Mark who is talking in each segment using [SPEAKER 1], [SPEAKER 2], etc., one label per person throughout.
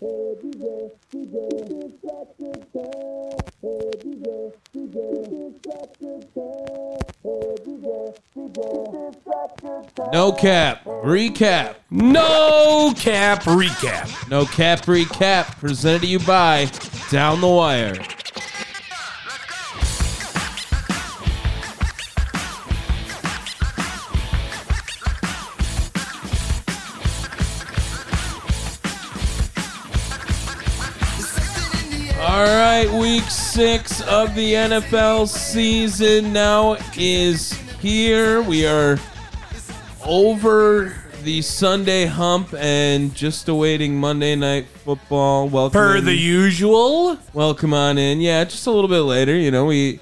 [SPEAKER 1] Hey DJ, DJ, it's distracted time. Hey DJ, DJ, it's distracted time. Hey DJ, DJ, it's distracted time.
[SPEAKER 2] No cap. Recap.
[SPEAKER 3] No cap recap.
[SPEAKER 2] No cap recap. Presented to you by Down the Wire. All right, week six of the NFL season now is here. We are over the Sunday hump and just awaiting Monday night football. Welcome
[SPEAKER 3] Per
[SPEAKER 2] in-
[SPEAKER 3] the usual.
[SPEAKER 2] welcome on in. Yeah, just a little bit later. You know, we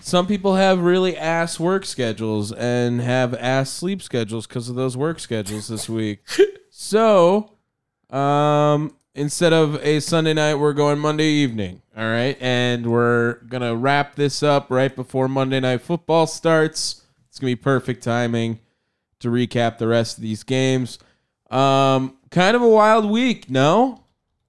[SPEAKER 2] some people have really ass work schedules and have ass sleep schedules because of those work schedules this week. so, um, instead of a Sunday night, we're going Monday evening. All right, and we're gonna wrap this up right before Monday night football starts. It's gonna be perfect timing to recap the rest of these games. Um, kind of a wild week, no?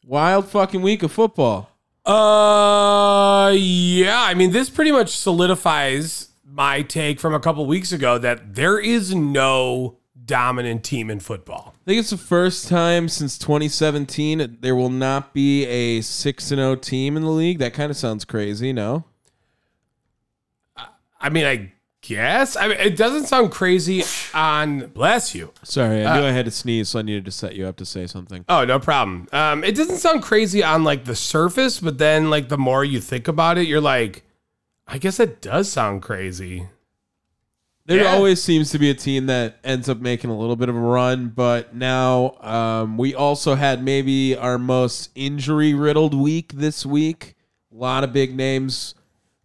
[SPEAKER 2] Wild fucking week of football.
[SPEAKER 3] Uh, yeah. I mean, this pretty much solidifies my take from a couple weeks ago that there is no dominant team in football.
[SPEAKER 2] I think it's the first time since 2017 that there will not be a 6 and 0 team in the league. That kind of sounds crazy, no?
[SPEAKER 3] I mean, I guess. I mean, it doesn't sound crazy on bless you.
[SPEAKER 2] Sorry, I knew I had to sneeze, so I needed to set you up to say something.
[SPEAKER 3] Oh, no problem. Um, it doesn't sound crazy on like the surface, but then like the more you think about it, you're like, I guess that does sound crazy.
[SPEAKER 2] There
[SPEAKER 3] yeah.
[SPEAKER 2] always seems to be a team that ends up making a little bit of a run, but now um, we also had maybe our most injury riddled week this week. A lot of big names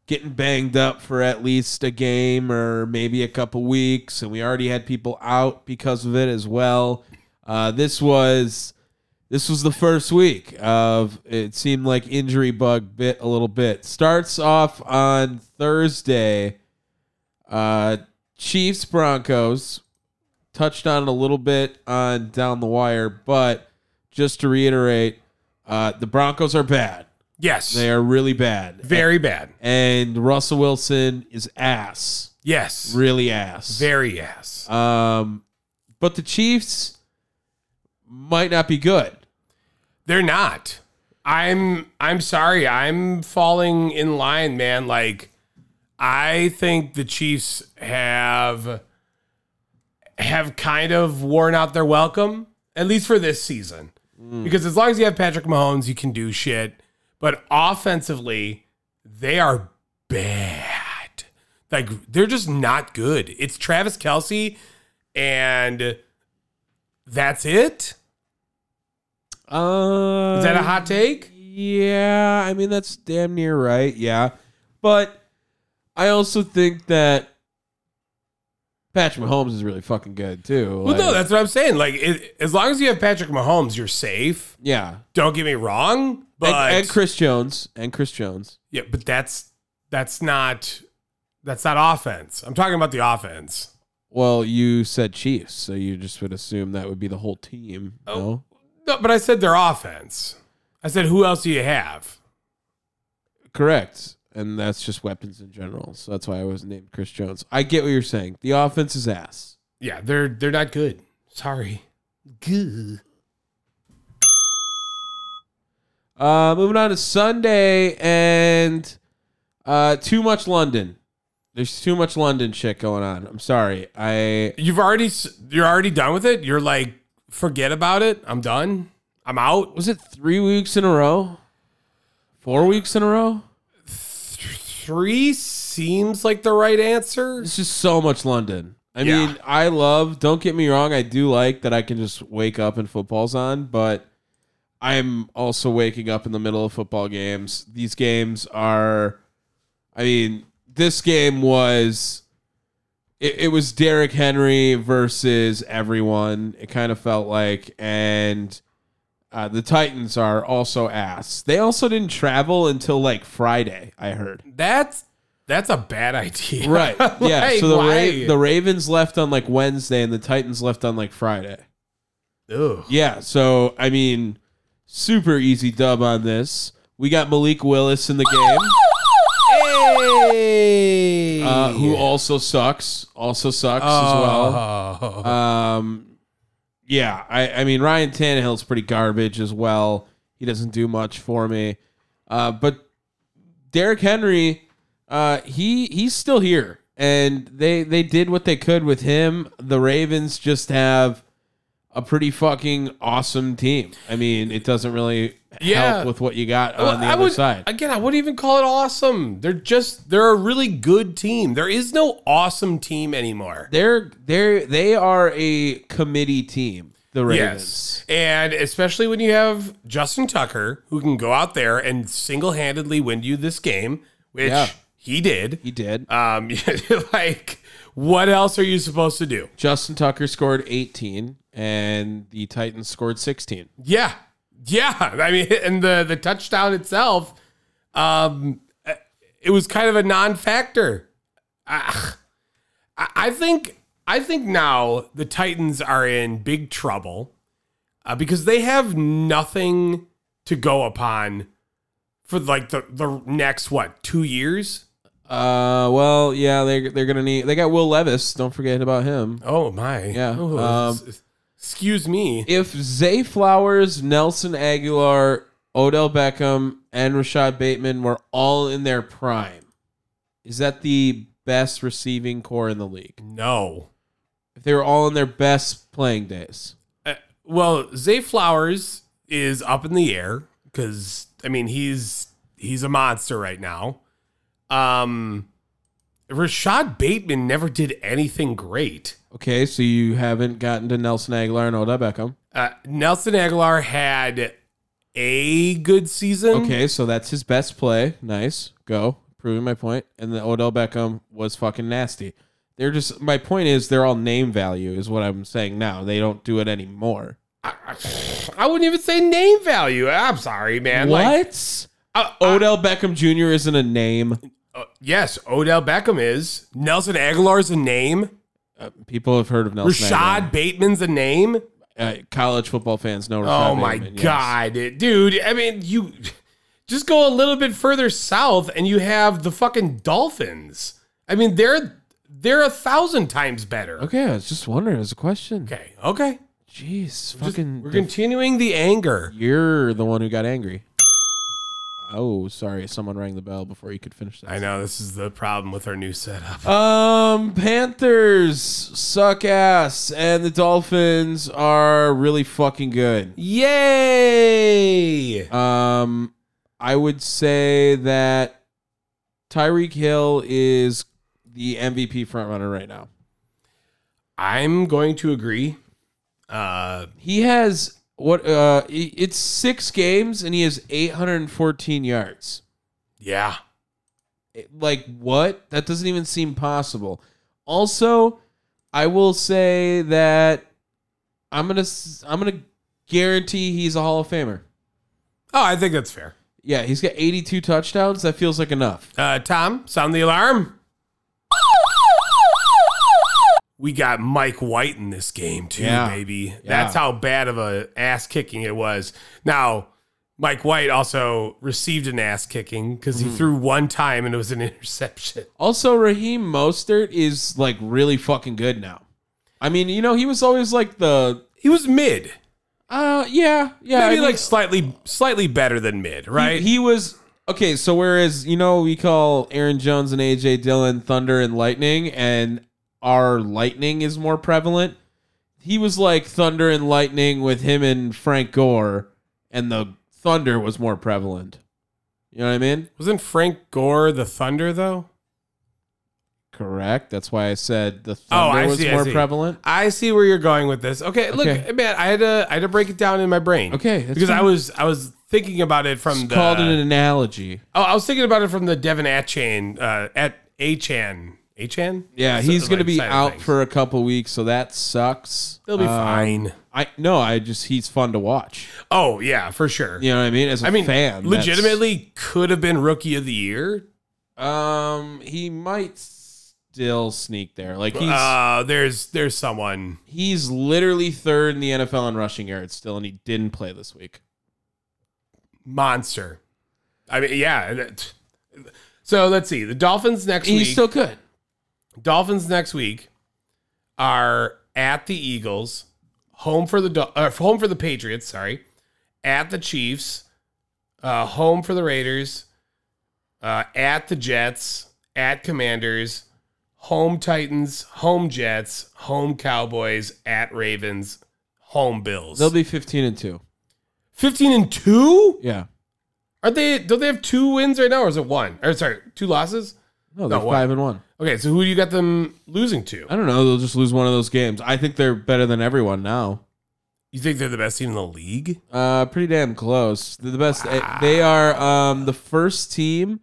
[SPEAKER 2] getting banged up for at least a game or maybe a couple weeks, and we already had people out because of it as well. Uh, this was this was the first week of it seemed like injury bug bit a little bit. Starts off on Thursday. Uh, Chiefs Broncos touched on it a little bit on down the wire, but just to reiterate, uh, the Broncos are bad.
[SPEAKER 3] Yes.
[SPEAKER 2] They are really bad.
[SPEAKER 3] very bad.
[SPEAKER 2] and Russell Wilson is ass,
[SPEAKER 3] Yes.
[SPEAKER 2] really ass.
[SPEAKER 3] Very ass.
[SPEAKER 2] Um, but the Chiefs might not be good.
[SPEAKER 3] They're not. I'm I'm sorry. I'm falling in line, man. Like I think the Chiefs have have kind of worn out their welcome, at least for this season. Because as long as you have Patrick Mahomes, you can do shit. But offensively, they are bad. Like they're just not good. It's Travis Kelsey and that's it?
[SPEAKER 2] Uh,
[SPEAKER 3] Is that a
[SPEAKER 2] Um,
[SPEAKER 3] hot take?
[SPEAKER 2] Yeah, I mean that's damn near right. Yeah, but I also think that Patrick Mahomes is really fucking good too.
[SPEAKER 3] Well, no,
[SPEAKER 2] Like,
[SPEAKER 3] that's what I'm saying. Like, it, as long as you have Patrick Mahomes, you're safe.
[SPEAKER 2] yeah,
[SPEAKER 3] Don't get me wrong, but
[SPEAKER 2] and, and Chris Jones and Chris Jones.
[SPEAKER 3] yeah, but that's that's not that's not offense. I'm talking about the offense.
[SPEAKER 2] Well, you said Chiefs, so you just would assume that would be the whole team.
[SPEAKER 3] Oh.
[SPEAKER 2] no?
[SPEAKER 3] No, but I said their offense. I said who else do you have?
[SPEAKER 2] correct, and that's just weapons in general. So that's why I was named Chris Jones. I get what you're saying. The offense is ass.
[SPEAKER 3] Yeah, they're they're not good. Sorry. Good.
[SPEAKER 2] Uh, moving on to Sunday and uh, too much London. There's too much London shit going on. I'm sorry. I
[SPEAKER 3] You've already s- you're already done with it. You're like forget about it. I'm done. I'm out.
[SPEAKER 2] was it three weeks in a row, four weeks in a row.
[SPEAKER 3] Three seems like the right answer.
[SPEAKER 2] It's just so much London. I
[SPEAKER 3] Yeah.
[SPEAKER 2] mean, I love. Don't get me wrong. I do like that I can just wake up and football's on, but I'm also waking up in the middle of football games. These games are. I mean, this game was. It, it was Derrick Henry versus everyone. It kind of felt like, and uh, the Titans are also ass. They also didn't travel until like Friday. I heard.
[SPEAKER 3] That's that's a bad idea.
[SPEAKER 2] Right. Yeah.
[SPEAKER 3] Like,
[SPEAKER 2] so the
[SPEAKER 3] why?
[SPEAKER 2] Ra- the Ravens left on like Wednesday and the Titans left on like Friday.
[SPEAKER 3] Ugh.
[SPEAKER 2] Yeah. So I mean, Super easy dub on this. We got Malik Willis in the game,
[SPEAKER 3] Hey.
[SPEAKER 2] uh, who also sucks. Also sucks
[SPEAKER 3] Oh,
[SPEAKER 2] as well. Um, yeah, I, I mean Ryan Tannehill's pretty garbage as well. He doesn't do much for me. Uh, but Derrick Henry, uh, he he's still here, and they they did what they could with him. The Ravens just have a pretty fucking awesome team. I mean, it doesn't really
[SPEAKER 3] Yeah.
[SPEAKER 2] help with what you got on
[SPEAKER 3] Well,
[SPEAKER 2] the
[SPEAKER 3] I
[SPEAKER 2] other
[SPEAKER 3] would,
[SPEAKER 2] side.
[SPEAKER 3] Again, I wouldn't even call it awesome. They're just they're a really good team. There is no awesome team anymore.
[SPEAKER 2] they're they're they are a committee team. The Ravens.
[SPEAKER 3] Yes. And especially when you have Justin Tucker who can go out there and single-handedly win you this game, which
[SPEAKER 2] Yeah.
[SPEAKER 3] he did.
[SPEAKER 2] He did.
[SPEAKER 3] Um like what else are you supposed to do?
[SPEAKER 2] Justin Tucker scored 18 and the Titans scored 16.
[SPEAKER 3] Yeah. Yeah. I mean, and the the touchdown itself, um, it was kind of a non-factor. Ah, I, I think I think now the Titans are in big trouble uh, because they have nothing to go upon for like the the next what two years.
[SPEAKER 2] Uh well, yeah, they they're going to need they got Will Levis, don't forget about him.
[SPEAKER 3] Oh my.
[SPEAKER 2] Yeah,
[SPEAKER 3] Oh,
[SPEAKER 2] um,
[SPEAKER 3] s- excuse me.
[SPEAKER 2] If Zay Flowers, Nelson Aguilar, Odell Beckham, and Rashad Bateman were all in their prime, is that the best receiving core in the league?
[SPEAKER 3] no.
[SPEAKER 2] If they were all in their best playing days.
[SPEAKER 3] Uh, well, Zay Flowers is up in the air because I mean he's he's a monster right now. Um, Rashad Bateman never did anything great.
[SPEAKER 2] Okay, so you haven't gotten to Nelson Aguilar and Odell Beckham.
[SPEAKER 3] Uh, Nelson Aguilar had a good season.
[SPEAKER 2] Okay, so that's his best play. Nice. Go. Proving my point. And the Odell Beckham was fucking nasty. They're just my point is they're all name value is what I'm saying now. They don't do it anymore.
[SPEAKER 3] I, I- I wouldn't even say name value. I'm sorry, man. Like,
[SPEAKER 2] what?
[SPEAKER 3] uh, uh,
[SPEAKER 2] Odell Beckham Jr. isn't a name.
[SPEAKER 3] uh, yes, Odell Beckham is. Nelson Aguilar's a name.
[SPEAKER 2] Uh, people have heard of Nelson.
[SPEAKER 3] Rashad Bateman's a name.
[SPEAKER 2] Aguilar. Uh, college football fans know. Rashad
[SPEAKER 3] Oh my
[SPEAKER 2] Bateman, yes.
[SPEAKER 3] god, it- dude! I mean, you just go a little bit further south, and you have the fucking Dolphins. I mean, they're they're a thousand times better.
[SPEAKER 2] Okay, I was just wondering. As a question.
[SPEAKER 3] okay, okay.
[SPEAKER 2] Jeez,
[SPEAKER 3] Just-
[SPEAKER 2] fucking.
[SPEAKER 3] we're continuing the anger.
[SPEAKER 2] you're the one who got angry. Oh, sorry. Someone rang the bell before you could finish that.
[SPEAKER 3] I know this is the problem with our new setup.
[SPEAKER 2] Um, Panthers suck ass, and the Dolphins are really fucking good.
[SPEAKER 3] Yay!
[SPEAKER 2] Um, I would say that Tyreek Hill is the MVP frontrunner right now.
[SPEAKER 3] I'm going to agree. Uh,
[SPEAKER 2] He has what? Uh, i- it's six games, and he has 814 yards.
[SPEAKER 3] yeah.
[SPEAKER 2] It- like what? That doesn't even seem possible. Also, I will say that I'm gonna s- I'm gonna guarantee he's a Hall of Famer.
[SPEAKER 3] Oh, I think that's fair.
[SPEAKER 2] Yeah, he's got 82 touchdowns. That feels like enough.
[SPEAKER 3] Uh, Tom, sound the alarm. We got Mike White in this game too,
[SPEAKER 2] Yeah.
[SPEAKER 3] baby. That's how bad of a ass kicking it was. Now, Mike White also received an ass kicking because
[SPEAKER 2] Hmm.
[SPEAKER 3] he threw one time and it was an interception.
[SPEAKER 2] Also, Raheem Mostert is like really fucking good now. I mean, you know, he was always like the
[SPEAKER 3] He was mid,
[SPEAKER 2] uh yeah yeah
[SPEAKER 3] maybe
[SPEAKER 2] I mean,
[SPEAKER 3] like slightly, slightly better than mid, right?
[SPEAKER 2] He was okay. So whereas you know we call Aaron Jones and AJ Dillon thunder and lightning, and our lightning is more prevalent. He was like thunder and lightning with him and Frank Gore, and the thunder was more prevalent. You know what I mean?
[SPEAKER 3] Wasn't Frank Gore the Thunder though?
[SPEAKER 2] Correct. That's why I said the thunder
[SPEAKER 3] Oh, I
[SPEAKER 2] was
[SPEAKER 3] see, I
[SPEAKER 2] more
[SPEAKER 3] see.
[SPEAKER 2] prevalent.
[SPEAKER 3] I see where you're going with this. Okay,
[SPEAKER 2] Okay.
[SPEAKER 3] look, man, I had to, I had to break it down in my brain.
[SPEAKER 2] Okay, that's
[SPEAKER 3] because I uh,
[SPEAKER 2] fine.
[SPEAKER 3] was, I was thinking about it from
[SPEAKER 2] It's
[SPEAKER 3] the
[SPEAKER 2] called it an analogy.
[SPEAKER 3] Oh, I was thinking about it from the Devin Achan, uh, at Achan, Achan.
[SPEAKER 2] Yeah,
[SPEAKER 3] So,
[SPEAKER 2] he's going to
[SPEAKER 3] like,
[SPEAKER 2] be
[SPEAKER 3] side of
[SPEAKER 2] out
[SPEAKER 3] things.
[SPEAKER 2] for a couple weeks, so that sucks.
[SPEAKER 3] They'll be
[SPEAKER 2] Uh,
[SPEAKER 3] fine.
[SPEAKER 2] I no, I just he's fun to watch.
[SPEAKER 3] Oh yeah, for sure.
[SPEAKER 2] You know what I mean? As a
[SPEAKER 3] I mean,
[SPEAKER 2] fan, that's-
[SPEAKER 3] legitimately could have been rookie of the year.
[SPEAKER 2] Um, he might still sneak there. Like he's
[SPEAKER 3] Uh, there's there's someone.
[SPEAKER 2] he's literally third in the NFL in rushing yards still, and he didn't play this week.
[SPEAKER 3] monster. I mean, yeah. that- So let's see. The Dolphins next
[SPEAKER 2] He's
[SPEAKER 3] week.
[SPEAKER 2] still good.
[SPEAKER 3] Dolphins next week are at the Eagles, home for the Dol- uh, home for the Patriots. Sorry, at the Chiefs, uh, home for the Raiders, uh, at the Jets, at Commanders, home Titans, home Jets, home Cowboys, at Ravens, home Bills.
[SPEAKER 2] They'll be 15 and 2.
[SPEAKER 3] Fifteen and two.
[SPEAKER 2] Yeah.
[SPEAKER 3] Are they? Don't they have two wins right now, or is it one? Or sorry, two losses?
[SPEAKER 2] No, they're
[SPEAKER 3] No, what?
[SPEAKER 2] 5 and 1.
[SPEAKER 3] Okay, so who do you got them losing to?
[SPEAKER 2] I don't know, they'll just lose one of those games. I think they're better than everyone now.
[SPEAKER 3] You think they're the best team in the league?
[SPEAKER 2] Uh, pretty damn close. They're the best. Eh, They are um, the first team,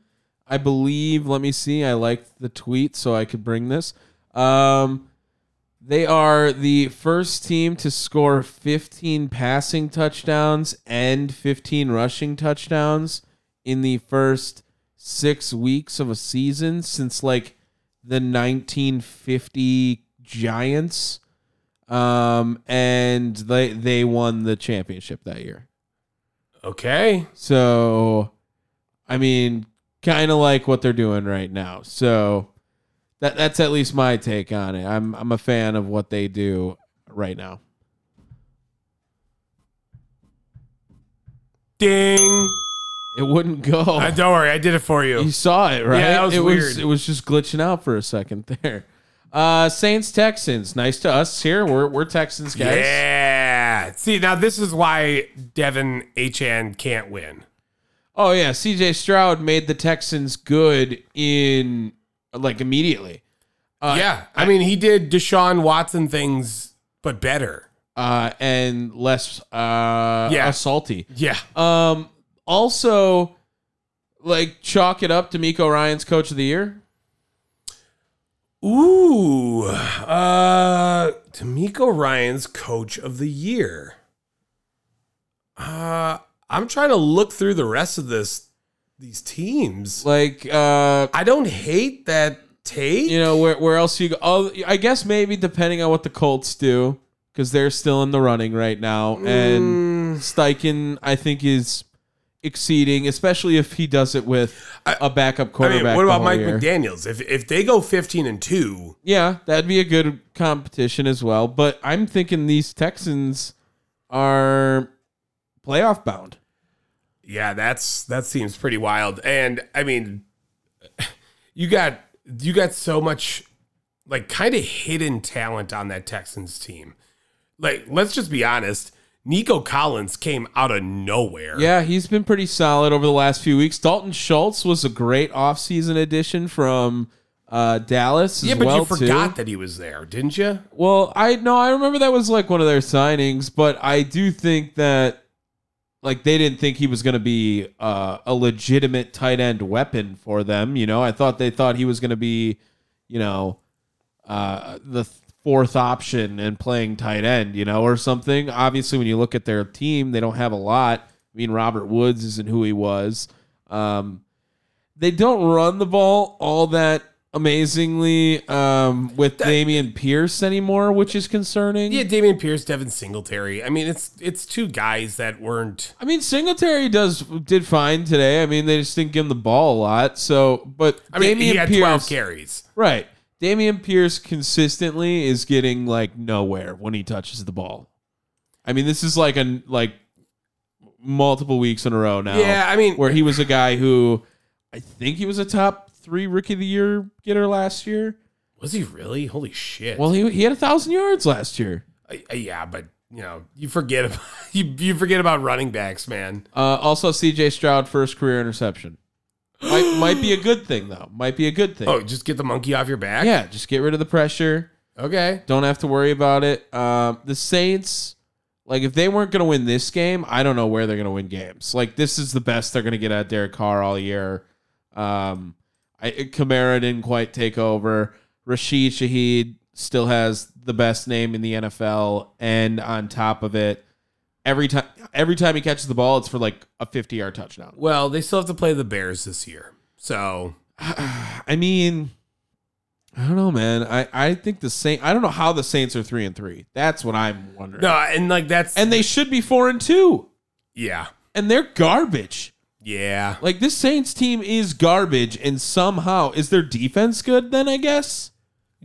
[SPEAKER 2] I believe. Let me see. I liked the tweet, so I could bring this. Um, they are the first team to score 15 passing touchdowns and 15 rushing touchdowns in the first six weeks of a season since like the 1950 Giants. Um, and they they won the championship that year.
[SPEAKER 3] Okay.
[SPEAKER 2] So, I mean, kind of like what they're doing right now. So, that that's at least my take on it. I'm I'm a fan of what they do right now.
[SPEAKER 3] Ding.
[SPEAKER 2] It wouldn't go.
[SPEAKER 3] Uh, don't worry, I did it for you.
[SPEAKER 2] You saw it, right?
[SPEAKER 3] Yeah, that was
[SPEAKER 2] it
[SPEAKER 3] weird.
[SPEAKER 2] was it was just glitching out for a second there. Uh Saints Texans. Nice to us here. We're we're Texans guys.
[SPEAKER 3] Yeah. See, now this is why Devin Achan can't win.
[SPEAKER 2] Oh yeah, CJ Stroud made the Texans good in like immediately. Uh,
[SPEAKER 3] yeah. I, mean, he did Deshaun Watson things, but better.
[SPEAKER 2] uh, and less uh,
[SPEAKER 3] Yeah.
[SPEAKER 2] salty.
[SPEAKER 3] Yeah.
[SPEAKER 2] Um, also, like chalk it up to Miko Ryan's coach of the year.
[SPEAKER 3] Ooh. Uh, D'Amico Ryan's coach of the year. Uh, I'm trying to look through the rest of this, these teams.
[SPEAKER 2] Like, uh,
[SPEAKER 3] I don't hate that take.
[SPEAKER 2] you know, where where else you go? Oh, I guess maybe depending on what the Colts do, because they're still in the running right now, and
[SPEAKER 3] Mm.
[SPEAKER 2] Steichen I think is exceeding, especially if he does it with
[SPEAKER 3] I-
[SPEAKER 2] a backup
[SPEAKER 3] I
[SPEAKER 2] quarterback.
[SPEAKER 3] mean, what
[SPEAKER 2] the
[SPEAKER 3] about
[SPEAKER 2] whole
[SPEAKER 3] Mike
[SPEAKER 2] year.
[SPEAKER 3] McDaniels? If if they go 15 and 2,
[SPEAKER 2] Yeah, that'd be a good competition as well. But I'm thinking these Texans are playoff bound.
[SPEAKER 3] yeah, that's that seems pretty wild. And I mean, you got you got so much like kind of hidden talent on that Texans team. Like, let's just be honest, Nico Collins came out of nowhere.
[SPEAKER 2] Yeah, he's been pretty solid over the last few weeks. Dalton Schultz was a great offseason addition from uh, Dallas. As
[SPEAKER 3] Yeah, but
[SPEAKER 2] well
[SPEAKER 3] you forgot
[SPEAKER 2] Too.
[SPEAKER 3] that he was there, didn't you?
[SPEAKER 2] Well, I no, I remember that was like one of their signings, but I do think that like they didn't think he was going to be uh, a legitimate tight end weapon for them. You know, I thought they thought he was going to be, you know, uh, the th- fourth option and playing tight end, you know, or something. Obviously, when you look at their team, they don't have a lot. I mean, Robert Woods isn't who he was. Um, they don't run the ball all that amazingly um, with Damian Pierce anymore, which is concerning.
[SPEAKER 3] Yeah, Damian Pierce, Devin Singletary. I mean, it's it's two guys that weren't
[SPEAKER 2] I mean, Singletary does did fine today. I mean, they just didn't give him the ball a lot. So, but
[SPEAKER 3] I mean,
[SPEAKER 2] Damian
[SPEAKER 3] he had
[SPEAKER 2] Pierce,
[SPEAKER 3] 12 carries.
[SPEAKER 2] right? Damian Pierce consistently is getting like nowhere when he touches the ball. I mean, this is like a like multiple weeks in a row now.
[SPEAKER 3] Yeah, I mean,
[SPEAKER 2] where he was a guy who I think he was a top three rookie of the year getter last year.
[SPEAKER 3] was he really? Holy shit!
[SPEAKER 2] Well, he he had a thousand yards last year.
[SPEAKER 3] I- I- Uh, yeah, but you know, you forget about you, you forget about running backs, man.
[SPEAKER 2] Uh, also, C.J. Stroud first career interception. might, might be a good thing though. Might be a good thing.
[SPEAKER 3] Oh, just get the monkey off your back.
[SPEAKER 2] Yeah, just get rid of the pressure.
[SPEAKER 3] Okay.
[SPEAKER 2] Don't have to worry about it. Um, the Saints, like if they weren't going to win this game, I don't know where they're going to win games. Like this is the best they're going to get out of Derek Carr all year. Um, I, Kamara didn't quite take over. Rashid Shaheed still has the best name in the NFL, and on top of it, every time every time he catches the ball, it's for like a fifty-yard touchdown.
[SPEAKER 3] Well, they still have to play the Bears this year, so
[SPEAKER 2] I mean, I don't know, man. I, I think the Saint. I don't know how the Saints are three and three. That's what I'm wondering.
[SPEAKER 3] no, and like that's
[SPEAKER 2] and they should be four and two.
[SPEAKER 3] yeah.
[SPEAKER 2] and they're garbage.
[SPEAKER 3] Yeah.
[SPEAKER 2] Like this Saints team is garbage, and somehow is their defense good? Then I guess.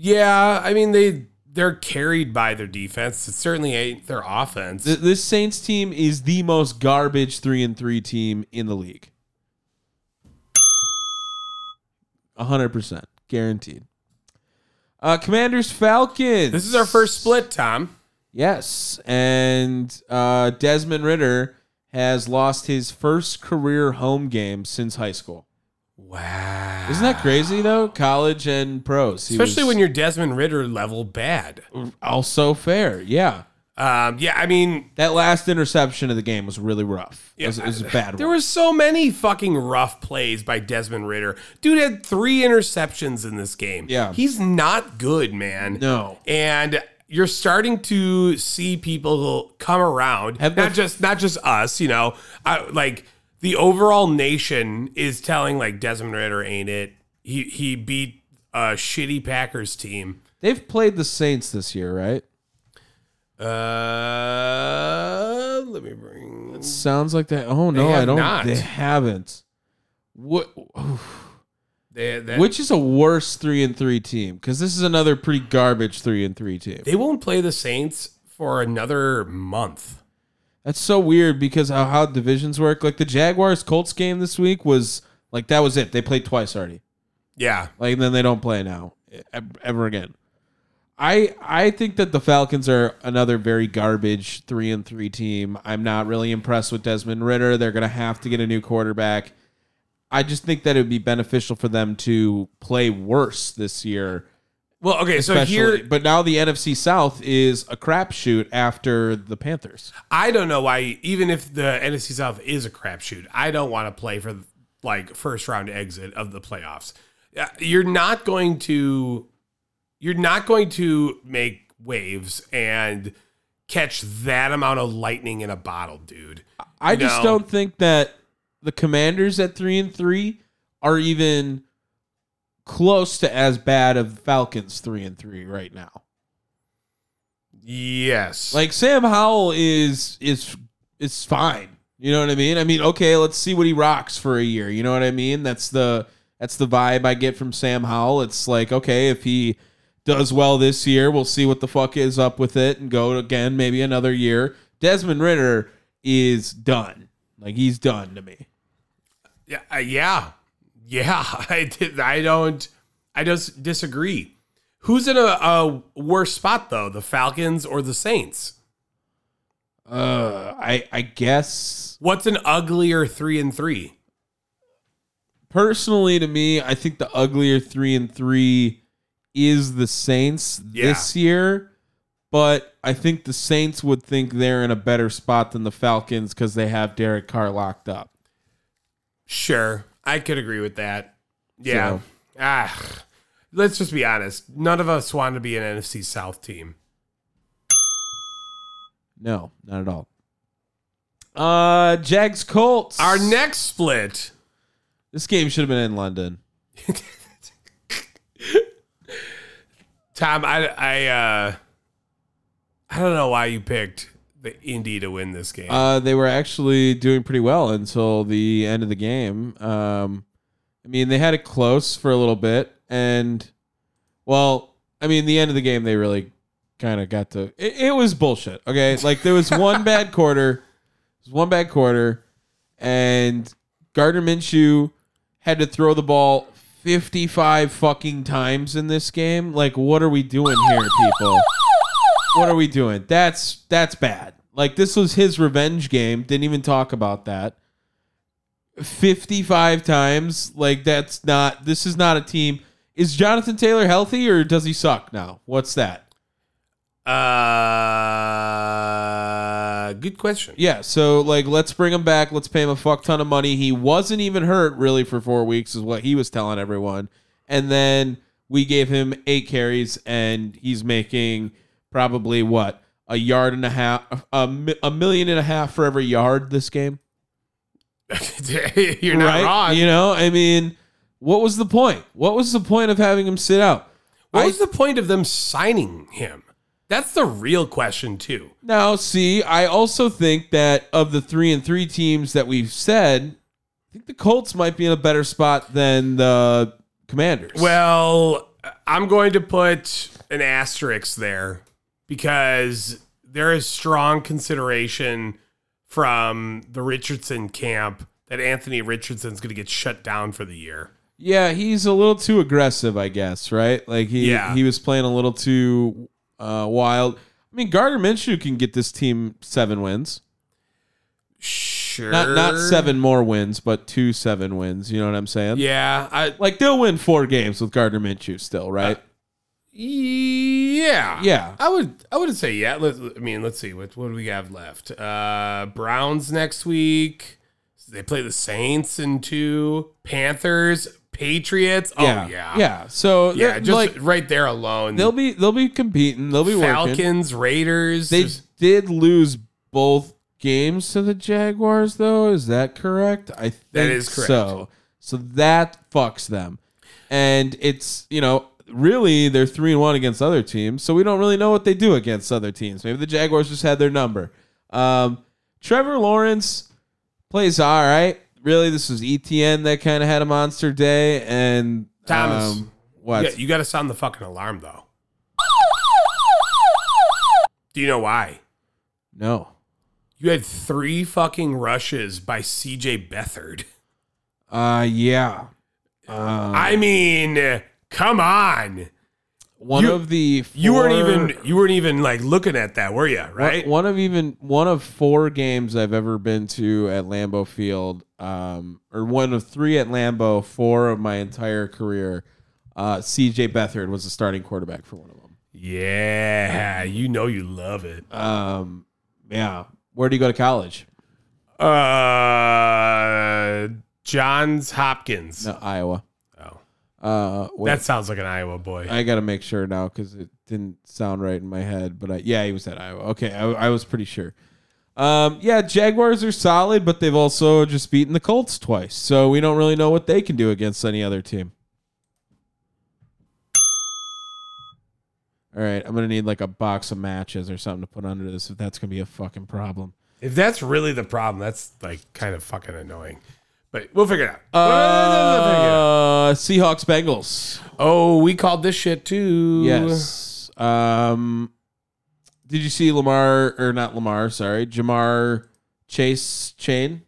[SPEAKER 3] Yeah. I mean, they they're carried by their defense. It certainly ain't their offense.
[SPEAKER 2] Th- This Saints team is the most garbage three and three team in the league. hundred percent guaranteed. Uh, Commanders Falcons.
[SPEAKER 3] this is our first split, Tom.
[SPEAKER 2] Yes, and uh, Desmond Ritter has lost his first career home game since high school.
[SPEAKER 3] Wow.
[SPEAKER 2] Isn't that crazy though? College and pros, He
[SPEAKER 3] Especially
[SPEAKER 2] was
[SPEAKER 3] when you're Desmond Ritter level bad.
[SPEAKER 2] also fair. Yeah,
[SPEAKER 3] Um, yeah, I mean,
[SPEAKER 2] that last interception of the game was really rough. It was, it was a bad.
[SPEAKER 3] there
[SPEAKER 2] one.
[SPEAKER 3] were so many fucking rough plays by Desmond Ritter. Dude had three interceptions in this game.
[SPEAKER 2] Yeah.
[SPEAKER 3] He's not good, man.
[SPEAKER 2] no.
[SPEAKER 3] and you're starting to see people come around
[SPEAKER 2] Have
[SPEAKER 3] not
[SPEAKER 2] the-
[SPEAKER 3] just not just us you know I, like the overall nation is telling like desmond ritter ain't it he he beat a shitty packers team
[SPEAKER 2] They've played the Saints this year, right?
[SPEAKER 3] uh let me bring
[SPEAKER 2] Sounds like that. Oh no, I
[SPEAKER 3] have
[SPEAKER 2] don't.
[SPEAKER 3] not.
[SPEAKER 2] They haven't. What?
[SPEAKER 3] they, that,
[SPEAKER 2] Which is a worse three and three team? Because this is another pretty garbage three and three team.
[SPEAKER 3] they won't play the saints for another month
[SPEAKER 2] That's so weird because how, how divisions work. Like the Jaguars Colts game this week was like that was it. They played twice already.
[SPEAKER 3] yeah
[SPEAKER 2] Like and then they don't play now e- ever again. I I think that the Falcons are another very garbage three and three team. I'm not really impressed with Desmond Ritter. They're gonna have to get a new quarterback. I just think that it would be beneficial for them to play worse this year.
[SPEAKER 3] well okay so
[SPEAKER 2] Especially,
[SPEAKER 3] here
[SPEAKER 2] but now the NFC South is a crapshoot after the Panthers.
[SPEAKER 3] I don't know why, even if the NFC South is a crapshoot, I don't want to play for like first round exit of the playoffs. Uh, You're not going to, you're not going to make waves and catch that amount of lightning in a bottle, dude.
[SPEAKER 2] I
[SPEAKER 3] you
[SPEAKER 2] just
[SPEAKER 3] know?
[SPEAKER 2] don't think that the Commanders at three and three are even close to as bad of Falcons three and three right now.
[SPEAKER 3] Yes,
[SPEAKER 2] Like Sam Howell is is is fine. You know what I mean? I mean, okay, let's see what he rocks for a year. You know what I mean? That's the that's the vibe I get from Sam Howell. It's like, okay, if he does well this year, we'll see what the fuck is up with it and go again maybe another year. Desmond Ritter is done. Like he's done to me.
[SPEAKER 3] Yeah, uh, yeah, yeah. I did. I don't. I just disagree. Who's in a, a worse spot though, the Falcons or the Saints?
[SPEAKER 2] Uh, I I guess
[SPEAKER 3] What's an uglier three and three?
[SPEAKER 2] personally to me, I think the uglier three and three is the Saints
[SPEAKER 3] Yeah.
[SPEAKER 2] this year. But I think the Saints would think they're in a better spot than the Falcons because they have Derek Carr locked up.
[SPEAKER 3] Sure, I could agree with that. Yeah.
[SPEAKER 2] So-
[SPEAKER 3] Ah, let's just be honest. None of us want to be an NFC South team.
[SPEAKER 2] No, not at all. Uh, Jags Colts.
[SPEAKER 3] Our next split.
[SPEAKER 2] this game should have been in London.
[SPEAKER 3] Tom, I, I, uh, I don't know why you picked the Indy to win this game.
[SPEAKER 2] Uh, they were actually doing pretty well until the end of the game. Um, I mean, they had it close for a little bit, and well, I mean, the end of the game they really kind of got to. It, it was bullshit. Okay, like there was one bad quarter, there was one bad quarter, and Gardner Minshew had to throw the ball fifty-five fucking times in this game. Like, what are we doing here, people? what are we doing? That's that's bad. Like this was his revenge game. Didn't even talk about that. 55 times. Like that's not this is not a team. Is Jonathan Taylor healthy or does he suck now? What's that?
[SPEAKER 3] Uh, good question.
[SPEAKER 2] Yeah, so like let's bring him back. Let's pay him a fuck ton of money. He wasn't even hurt really for 4 weeks is what he was telling everyone. And then we gave him 8 carries and he's making probably what? A yard and a half a, mi- a million and a half for every yard this game.
[SPEAKER 3] You're not
[SPEAKER 2] right?
[SPEAKER 3] wrong.
[SPEAKER 2] You know, I mean, what was the point? What was the point of having him sit out?
[SPEAKER 3] what
[SPEAKER 2] I-
[SPEAKER 3] was the point of them signing him? That's the real question too.
[SPEAKER 2] Now, see, I also think that of the three and three teams that we've said, I think the Colts might be in a better spot than the Commanders.
[SPEAKER 3] Well, I'm going to put an asterisk there because there is strong consideration from the Richardson camp that Anthony Richardson's going to get shut down for the year.
[SPEAKER 2] yeah, he's a little too aggressive, I guess. Right? Like he
[SPEAKER 3] Yeah.
[SPEAKER 2] he was playing a little too uh, wild. I mean, Gardner Minshew can get this team seven wins.
[SPEAKER 3] Sure.
[SPEAKER 2] Not not seven more wins, but two seven wins. You know what I'm saying?
[SPEAKER 3] Yeah. I,
[SPEAKER 2] Like they'll win four games with Gardner Minshew still, right?
[SPEAKER 3] yeah.
[SPEAKER 2] Yeah.
[SPEAKER 3] I would I would say yeah. Let, I mean, let's see what what do we have left? Uh Browns next week. They play the Saints in two, Panthers, Patriots. Oh yeah.
[SPEAKER 2] yeah. So
[SPEAKER 3] Yeah,
[SPEAKER 2] they're-
[SPEAKER 3] just
[SPEAKER 2] like
[SPEAKER 3] right there alone.
[SPEAKER 2] they'll be they'll be competing. They'll be working.
[SPEAKER 3] Falcons, Raiders.
[SPEAKER 2] They
[SPEAKER 3] there's-
[SPEAKER 2] did lose both games to the Jaguars, though. Is that correct? I think
[SPEAKER 3] is correct.
[SPEAKER 2] so. So that fucks them, and it's you know really they're three and one against other teams, so we don't really know what they do against other teams. Maybe the Jaguars just had their number. Um, Trevor Lawrence plays all right. Really, this was ETN that kind of had a monster day, and
[SPEAKER 3] Thomas.
[SPEAKER 2] um, what?
[SPEAKER 3] Yeah, you got to sound the fucking alarm though. Do you know why?
[SPEAKER 2] no.
[SPEAKER 3] You had three fucking rushes by CJ Bethard.
[SPEAKER 2] Uh, yeah. Uh,
[SPEAKER 3] I mean, come on.
[SPEAKER 2] one
[SPEAKER 3] you-
[SPEAKER 2] of the
[SPEAKER 3] You
[SPEAKER 2] were
[SPEAKER 3] weren't even you weren't even like looking at that, were you? Right?
[SPEAKER 2] One, one of even one of four games I've ever been to at Lambeau Field, um, or one of three at Lambeau, four of my entire career. Uh, C.J. Beathard was the starting quarterback for one of them.
[SPEAKER 3] Yeah, you know you love it.
[SPEAKER 2] Um, yeah. Where do you go to college?
[SPEAKER 3] Uh, Johns Hopkins.
[SPEAKER 2] No, Iowa.
[SPEAKER 3] Oh,
[SPEAKER 2] Uh, wait,
[SPEAKER 3] that sounds like an Iowa boy.
[SPEAKER 2] I got to make sure now because it didn't sound right in my head. But I, yeah, he was at Iowa. Okay, I, I was pretty sure. Um, yeah, Jaguars are solid, but they've also just beaten the Colts twice, so we don't really know what they can do against any other team. All right, I'm gonna need like a box of matches or something to put under this if that's gonna be a fucking problem.
[SPEAKER 3] If that's really the problem, that's like kind of fucking annoying. But we'll figure it out.
[SPEAKER 2] Uh, Seahawks Bengals.
[SPEAKER 3] oh, we called this shit too.
[SPEAKER 2] Yes. Um, did you see Lamar or not Lamar? Sorry, Jamar Chase chain.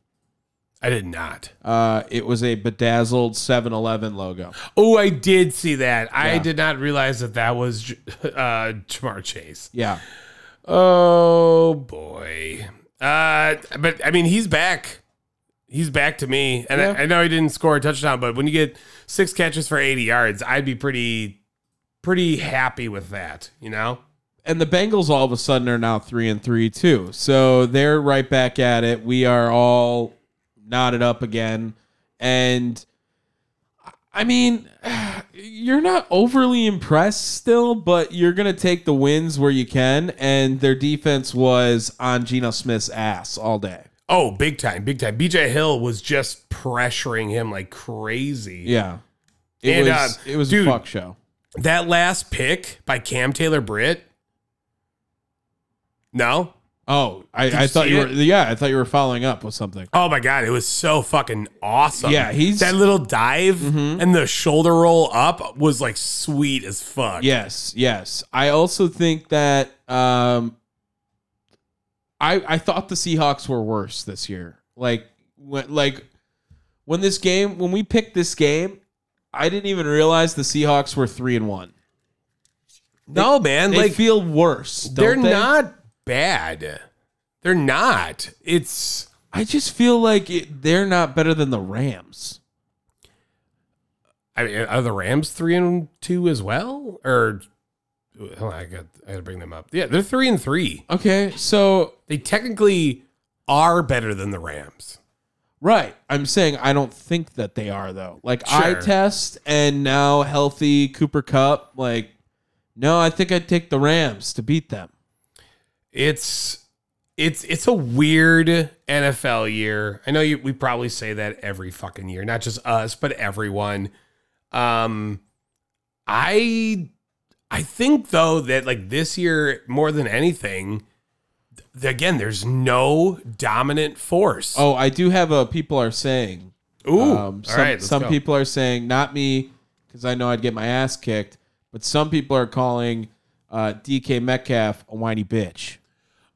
[SPEAKER 3] I did not.
[SPEAKER 2] Uh, it was a bedazzled 7-Eleven logo.
[SPEAKER 3] Oh, I did see that. I
[SPEAKER 2] Yeah.
[SPEAKER 3] did not realize that that was J- uh, Jamar Chase.
[SPEAKER 2] Yeah,
[SPEAKER 3] Oh boy. Uh, but I mean, he's back. He's back to me, and
[SPEAKER 2] Yeah.
[SPEAKER 3] I, I know he didn't score a touchdown, but when you get six catches for eighty yards, I'd be pretty, pretty happy with that. You know?
[SPEAKER 2] and the Bengals all of a sudden are now three and three too. So they're right back at it. We are all knotted up again, and I mean, you're not overly impressed still, but you're gonna take the wins where you can. And their defense was on Geno Smith's ass all day.
[SPEAKER 3] Oh, big time, big time. BJ Hill was just pressuring him like crazy.
[SPEAKER 2] Yeah, it
[SPEAKER 3] And,
[SPEAKER 2] was
[SPEAKER 3] uh,
[SPEAKER 2] it was
[SPEAKER 3] dude,
[SPEAKER 2] a fuck show.
[SPEAKER 3] That last pick by Cam Taylor Britt. No.
[SPEAKER 2] Oh, I, I
[SPEAKER 3] you
[SPEAKER 2] thought
[SPEAKER 3] see
[SPEAKER 2] you were
[SPEAKER 3] it?
[SPEAKER 2] yeah, I thought you were following up with something.
[SPEAKER 3] Oh my god, it was so fucking awesome.
[SPEAKER 2] Yeah, he's- Mm-hmm.
[SPEAKER 3] that little dive and the shoulder roll up was like sweet as fuck.
[SPEAKER 2] Yes, yes. I also think that um, I I thought the Seahawks were worse this year. Like when like when this game when we picked this game, I didn't even realize the Seahawks were three and one.
[SPEAKER 3] no man,
[SPEAKER 2] They
[SPEAKER 3] like
[SPEAKER 2] feel worse. don't
[SPEAKER 3] they're
[SPEAKER 2] they?
[SPEAKER 3] not bad. They're not. It's
[SPEAKER 2] I just feel like it, they're not better than the Rams.
[SPEAKER 3] I mean, are the Rams three and two as well? Or hold on, I got I gotta bring them up. Yeah, they're three and three.
[SPEAKER 2] Okay, so
[SPEAKER 3] They technically are better than the Rams.
[SPEAKER 2] Right. I'm saying I don't think that they are though. Like eye
[SPEAKER 3] Sure.
[SPEAKER 2] test and now healthy Cooper Cup, like no, I think I'd take the Rams to beat them.
[SPEAKER 3] it's it's it's a weird NFL year. I know you we probably say that every fucking year, not just us, but everyone. Um I I think though that like this year more than anything, th- again, there's no dominant force.
[SPEAKER 2] Oh, I do have a people are saying.
[SPEAKER 3] Ooh,
[SPEAKER 2] Um, some
[SPEAKER 3] all right, let's
[SPEAKER 2] some
[SPEAKER 3] go.
[SPEAKER 2] people are saying, not me, because I know I'd get my ass kicked, but some people are calling uh, DK Metcalf a whiny bitch.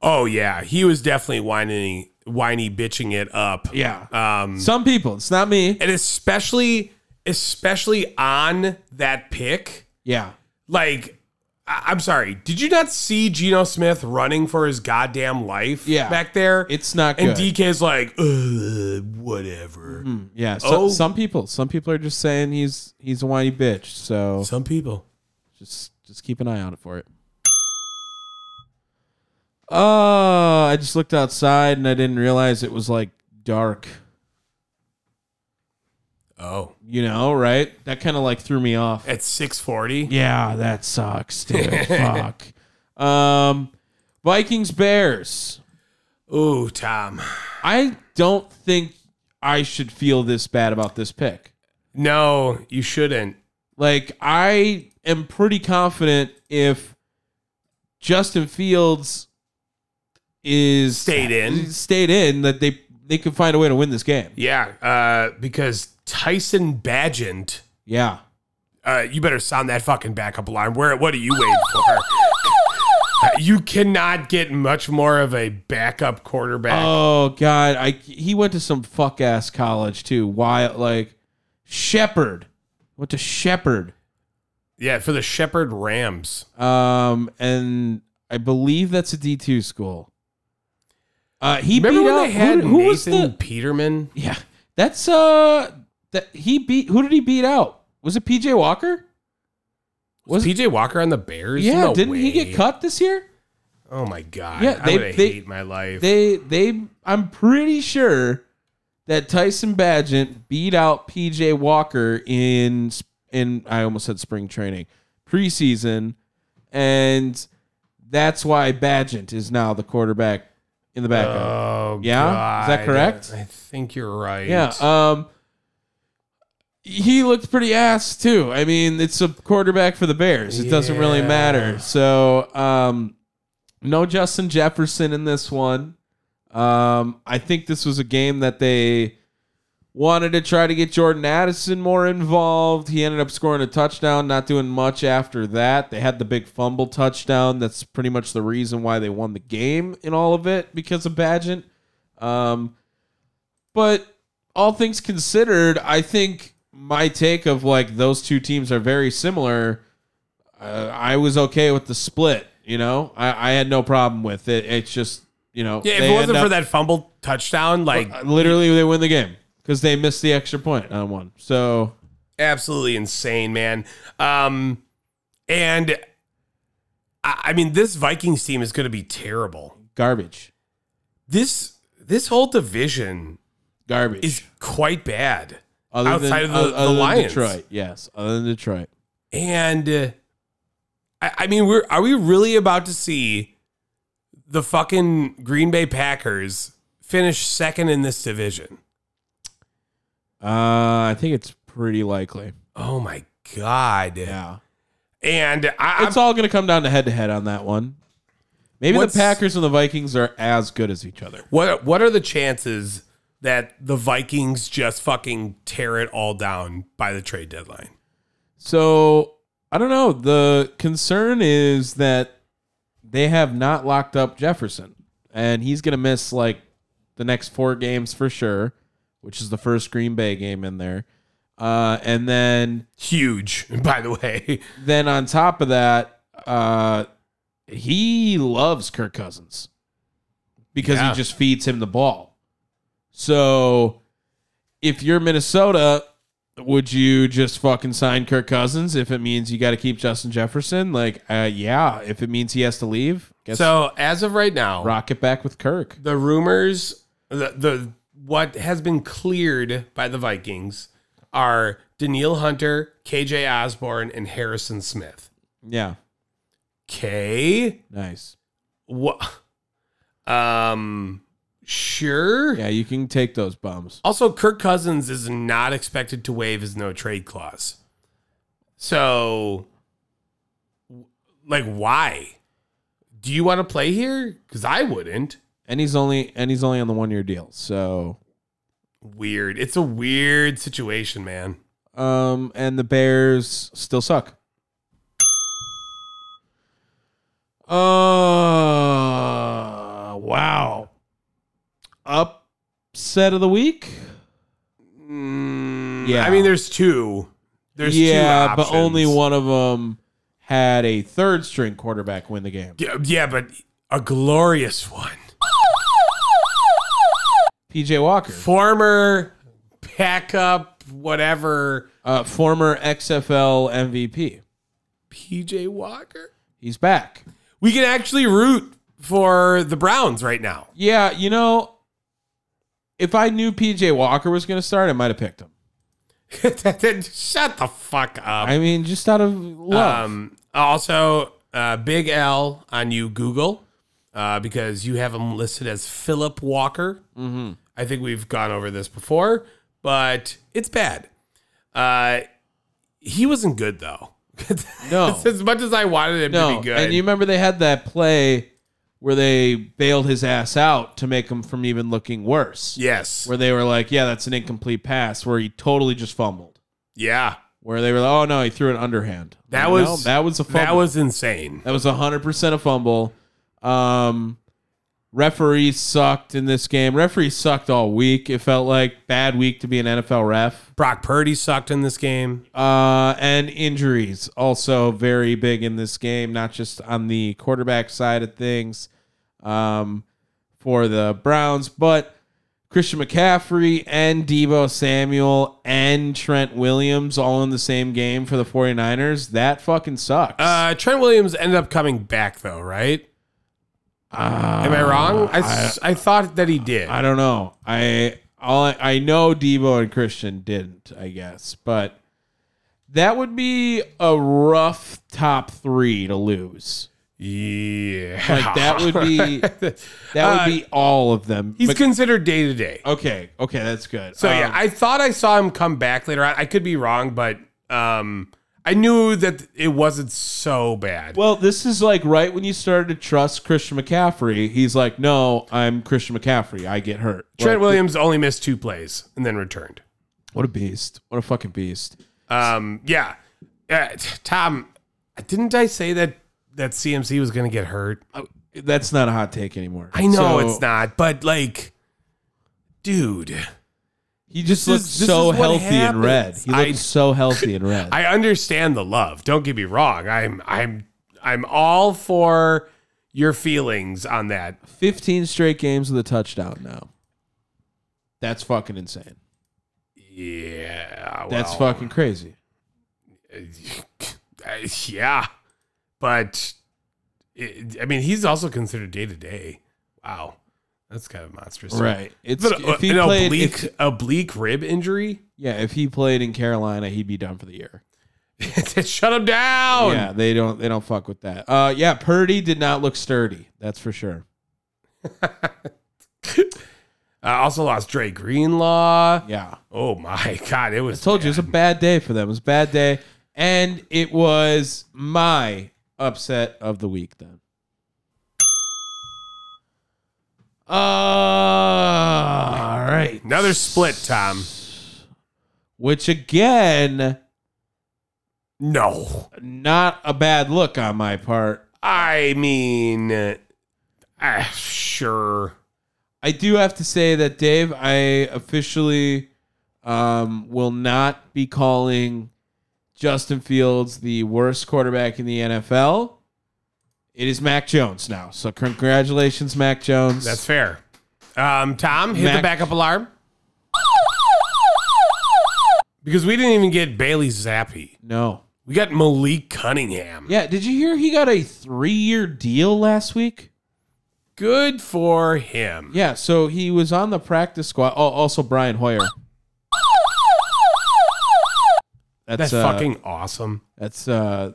[SPEAKER 3] Oh yeah, he was definitely whining, whiny bitching it up.
[SPEAKER 2] Yeah.
[SPEAKER 3] Um,
[SPEAKER 2] Some people. It's not me.
[SPEAKER 3] and especially especially on that pick
[SPEAKER 2] Yeah.
[SPEAKER 3] like I- i'm sorry did you not see Geno smith running for his goddamn life
[SPEAKER 2] Yeah.
[SPEAKER 3] back there
[SPEAKER 2] It's not good. Mm-hmm.
[SPEAKER 3] and dk's like "Ugh, whatever
[SPEAKER 2] yeah. So,
[SPEAKER 3] Oh.
[SPEAKER 2] Some people. Some people are just saying he's he's a whiny bitch. So
[SPEAKER 3] some people
[SPEAKER 2] just just keep an eye out for it. Oh, I just looked outside and I didn't realize it was like dark.
[SPEAKER 3] oh
[SPEAKER 2] You know, right? That kind of like threw me off.
[SPEAKER 3] at 640
[SPEAKER 2] Yeah, that sucks, dude. Fuck. Um, Vikings Bears.
[SPEAKER 3] ooh tom
[SPEAKER 2] I don't think I should feel this bad about this pick.
[SPEAKER 3] no you shouldn't
[SPEAKER 2] Like I am pretty confident if Justin Fields is
[SPEAKER 3] Stayed in.
[SPEAKER 2] stayed in that they they could find a way to win this game.
[SPEAKER 3] yeah uh, because tyson badgent
[SPEAKER 2] Yeah.
[SPEAKER 3] uh, you better sound that fucking backup alarm. Where? What are you waiting for? Uh, you cannot get much more of a backup quarterback.
[SPEAKER 2] Oh god, I he went to some fuck ass college too. Why like Shepherd went to Shepherd.
[SPEAKER 3] yeah, for the Shepherd Rams.
[SPEAKER 2] Um, and I believe that's a D two school. Uh, he
[SPEAKER 3] Remember
[SPEAKER 2] beat
[SPEAKER 3] when
[SPEAKER 2] out
[SPEAKER 3] they had
[SPEAKER 2] who, who was
[SPEAKER 3] Nathan
[SPEAKER 2] the
[SPEAKER 3] Peterman?
[SPEAKER 2] yeah. That's uh that he beat who did he beat out? Was it PJ Walker?
[SPEAKER 3] Was
[SPEAKER 2] Was-
[SPEAKER 3] PJ Walker on the Bears?
[SPEAKER 2] Yeah,
[SPEAKER 3] No
[SPEAKER 2] didn't he
[SPEAKER 3] way.
[SPEAKER 2] get cut this year?
[SPEAKER 3] Oh my god!
[SPEAKER 2] Yeah,
[SPEAKER 3] I
[SPEAKER 2] they-
[SPEAKER 3] would
[SPEAKER 2] they-
[SPEAKER 3] hate my life.
[SPEAKER 2] They they I'm pretty sure that Tyson Badgett beat out PJ Walker in sp- in I almost said spring training, preseason, and that's why Badgett is now the quarterback in the backup.
[SPEAKER 3] oh
[SPEAKER 2] Yeah? Is that
[SPEAKER 3] God.
[SPEAKER 2] correct?
[SPEAKER 3] I think you're right.
[SPEAKER 2] Yeah. Um, he looked pretty ass too. I mean, it's a quarterback for the Bears. It doesn't really
[SPEAKER 3] Yeah.
[SPEAKER 2] matter. So, um, no Justin Jefferson in this one. Um, I think this was a game that they wanted to try to get Jordan Addison more involved. He ended up scoring a touchdown, not doing much after that. They had the big fumble touchdown. That's pretty much the reason why they won the game in all of it because of Badgett. Um, but all things considered, I think my take of like those two teams are very similar. Uh, I was okay with the split. You know, I, I had no problem with it. It's just you know,
[SPEAKER 3] Yeah, if
[SPEAKER 2] they
[SPEAKER 3] it wasn't
[SPEAKER 2] end up-
[SPEAKER 3] for
[SPEAKER 2] uh,
[SPEAKER 3] that fumble touchdown, like
[SPEAKER 2] literally they win the game because they missed the extra point on one. So
[SPEAKER 3] absolutely insane, man. Um, and I, I mean, this Vikings team is going to be terrible.
[SPEAKER 2] garbage,
[SPEAKER 3] This this whole division
[SPEAKER 2] garbage.
[SPEAKER 3] is quite bad,
[SPEAKER 2] other
[SPEAKER 3] outside of the-
[SPEAKER 2] oth-
[SPEAKER 3] the
[SPEAKER 2] other than
[SPEAKER 3] Lions.
[SPEAKER 2] Detroit, yes, other than Detroit.
[SPEAKER 3] and uh, I, I mean, we're are we really about to see the fucking Green Bay Packers finish second in this division?
[SPEAKER 2] Uh, I think it's pretty likely.
[SPEAKER 3] Oh my god!
[SPEAKER 2] Yeah,
[SPEAKER 3] And I,
[SPEAKER 2] it's all going to come down to head to head on that one. Maybe
[SPEAKER 3] What's-
[SPEAKER 2] the Packers and the Vikings are as good as each other.
[SPEAKER 3] What what are the chances that the Vikings just fucking tear it all down by the trade deadline?
[SPEAKER 2] So I don't know. The concern is that they have not locked up Jefferson, and he's going to miss like the next four games for sure, which is the first Green Bay game in there. Uh, and then,
[SPEAKER 3] Huge, by the way.
[SPEAKER 2] then on top of that, uh, he loves Kirk Cousins because
[SPEAKER 3] Yeah.
[SPEAKER 2] he just feeds him the ball. So, if you're Minnesota, would you just fucking sign Kirk Cousins if it means you got to keep Justin Jefferson? Like, uh, yeah, if it means he has to leave, guess
[SPEAKER 3] So as of right now,
[SPEAKER 2] rock it back with Kirk.
[SPEAKER 3] the rumors, the, the what has been cleared by the Vikings are Daniil Hunter, KJ Osborne, and Harrison Smith.
[SPEAKER 2] Yeah,
[SPEAKER 3] Okay,
[SPEAKER 2] nice.
[SPEAKER 3] what? Um, sure.
[SPEAKER 2] Yeah, you can take those bums.
[SPEAKER 3] Also, Kirk Cousins is not expected to waive his no trade clause. So like why? Do you want to play here? Because I wouldn't.
[SPEAKER 2] and he's only and he's only on the one year deal. So,
[SPEAKER 3] Weird. It's a weird situation, man.
[SPEAKER 2] um, and the Bears still suck. Uh, wow. Upset of the week? Yeah.
[SPEAKER 3] Mm, I mean, there's two. There's
[SPEAKER 2] yeah,
[SPEAKER 3] two
[SPEAKER 2] but
[SPEAKER 3] options.
[SPEAKER 2] only one of them had a third string quarterback win the game.
[SPEAKER 3] Yeah, yeah, but a glorious one.
[SPEAKER 2] PJ Walker,
[SPEAKER 3] Former backup, whatever.
[SPEAKER 2] uh, former XFL MVP.
[SPEAKER 3] PJ Walker.
[SPEAKER 2] He's back.
[SPEAKER 3] We can actually root for the Browns right now.
[SPEAKER 2] Yeah, you know, if I knew PJ Walker was going to start, I might have picked him.
[SPEAKER 3] Shut the fuck up.
[SPEAKER 2] I mean, just out of love.
[SPEAKER 3] Um, also, uh, big L on you, Google, uh, because you have him listed as Philip Walker. I think we've gone over this before, but it's bad. Uh, he wasn't good though.
[SPEAKER 2] No.
[SPEAKER 3] as much as I wanted him to
[SPEAKER 2] no,
[SPEAKER 3] be good.
[SPEAKER 2] and you remember they had that play where they bailed his ass out to make him from even looking worse.
[SPEAKER 3] yes.
[SPEAKER 2] Where they were like, "Yeah, that's an incomplete pass," where he totally just fumbled.
[SPEAKER 3] Yeah.
[SPEAKER 2] Where they were like, "Oh no, he threw an underhand."
[SPEAKER 3] That
[SPEAKER 2] You know,
[SPEAKER 3] was-
[SPEAKER 2] that was a fumble.
[SPEAKER 3] That was insane.
[SPEAKER 2] That was 100% a fumble. Um, referees sucked in this game. Referees sucked all week. It felt like bad week to be an NFL ref.
[SPEAKER 3] Brock Purdy sucked in this game.
[SPEAKER 2] Uh, and injuries also very big in this game, not just on the quarterback side of things um, for the Browns, but Christian McCaffrey and Debo Samuel and Trent Williams all in the same game for the 49ers. That fucking sucks.
[SPEAKER 3] Uh, Trent Williams ended up coming back though, right? Am I wrong? I, s- I thought that he did.
[SPEAKER 2] Uh, I don't know. I all I, I know Debo and Christian didn't, I guess, but that would be a rough top three to lose.
[SPEAKER 3] Yeah.
[SPEAKER 2] Like that would be that
[SPEAKER 3] Uh,
[SPEAKER 2] would be all of them.
[SPEAKER 3] He's
[SPEAKER 2] Mc-
[SPEAKER 3] considered day to day.
[SPEAKER 2] okay, okay, that's good.
[SPEAKER 3] So yeah,
[SPEAKER 2] Oh, Um,
[SPEAKER 3] I thought I saw him come back later on. I could be wrong, but um I knew that it wasn't so bad.
[SPEAKER 2] well, this is like right when you started to trust Christian McCaffrey. He's like, no, I'm Christian McCaffrey. I get hurt. Like,
[SPEAKER 3] Trent Williams only missed two plays and then returned.
[SPEAKER 2] what a beast! What a fucking beast!
[SPEAKER 3] Um yeah. Uh, t- Tom, didn't I say that that CMC was going to get hurt?
[SPEAKER 2] That's not a hot take anymore.
[SPEAKER 3] Oh. I know
[SPEAKER 2] So,
[SPEAKER 3] it's not, but like dude,
[SPEAKER 2] He just
[SPEAKER 3] This
[SPEAKER 2] looks
[SPEAKER 3] is- this
[SPEAKER 2] so
[SPEAKER 3] is what
[SPEAKER 2] healthy and red.
[SPEAKER 3] happens.
[SPEAKER 2] He looks
[SPEAKER 3] I-
[SPEAKER 2] so healthy and red.
[SPEAKER 3] I understand the love. Don't get me wrong. I'm I'm I'm all for your feelings on that.
[SPEAKER 2] 15 straight games with a touchdown now. That's fucking insane.
[SPEAKER 3] Yeah.
[SPEAKER 2] That's
[SPEAKER 3] well.
[SPEAKER 2] fucking crazy.
[SPEAKER 3] Uh, yeah, but it, I mean, he's also considered day to day. Wow, that's kind of monstrous,
[SPEAKER 2] Right. It's
[SPEAKER 3] But uh,
[SPEAKER 2] if he
[SPEAKER 3] an
[SPEAKER 2] played
[SPEAKER 3] oblique,
[SPEAKER 2] if-
[SPEAKER 3] oblique rib injury.
[SPEAKER 2] yeah, if he played in Carolina, he'd be done for the year.
[SPEAKER 3] Shut him down.
[SPEAKER 2] yeah, they don't they don't fuck with that. Uh yeah, Purdy did not look sturdy. That's for sure.
[SPEAKER 3] I also lost Dre Greenlaw.
[SPEAKER 2] Yeah.
[SPEAKER 3] Oh my god, it
[SPEAKER 2] I
[SPEAKER 3] was
[SPEAKER 2] told you it was a bad day for them. It was a bad day and it was my upset of the week then. All right.
[SPEAKER 3] another split. Tom,
[SPEAKER 2] which again,
[SPEAKER 3] no.
[SPEAKER 2] not a bad look on my part.
[SPEAKER 3] I mean, uh, sure.
[SPEAKER 2] I do have to say that Dave, I officially um, will not be calling Justin Fields the worst quarterback in the NFL. It is Mac Jones now. So congratulations, Mac Jones.
[SPEAKER 3] That's fair. Um, Tom, hit the
[SPEAKER 2] Mac-
[SPEAKER 3] backup alarm. Because we didn't even get Bailey Zappi.
[SPEAKER 2] no.
[SPEAKER 3] We got Malik Cunningham.
[SPEAKER 2] Yeah, did you hear he got a three-year deal last week?
[SPEAKER 3] Good for him.
[SPEAKER 2] Yeah, so he was on the practice squad. Oh, also Brian Hoyer. That's,
[SPEAKER 3] That's
[SPEAKER 2] uh,
[SPEAKER 3] fucking awesome.
[SPEAKER 2] That's uh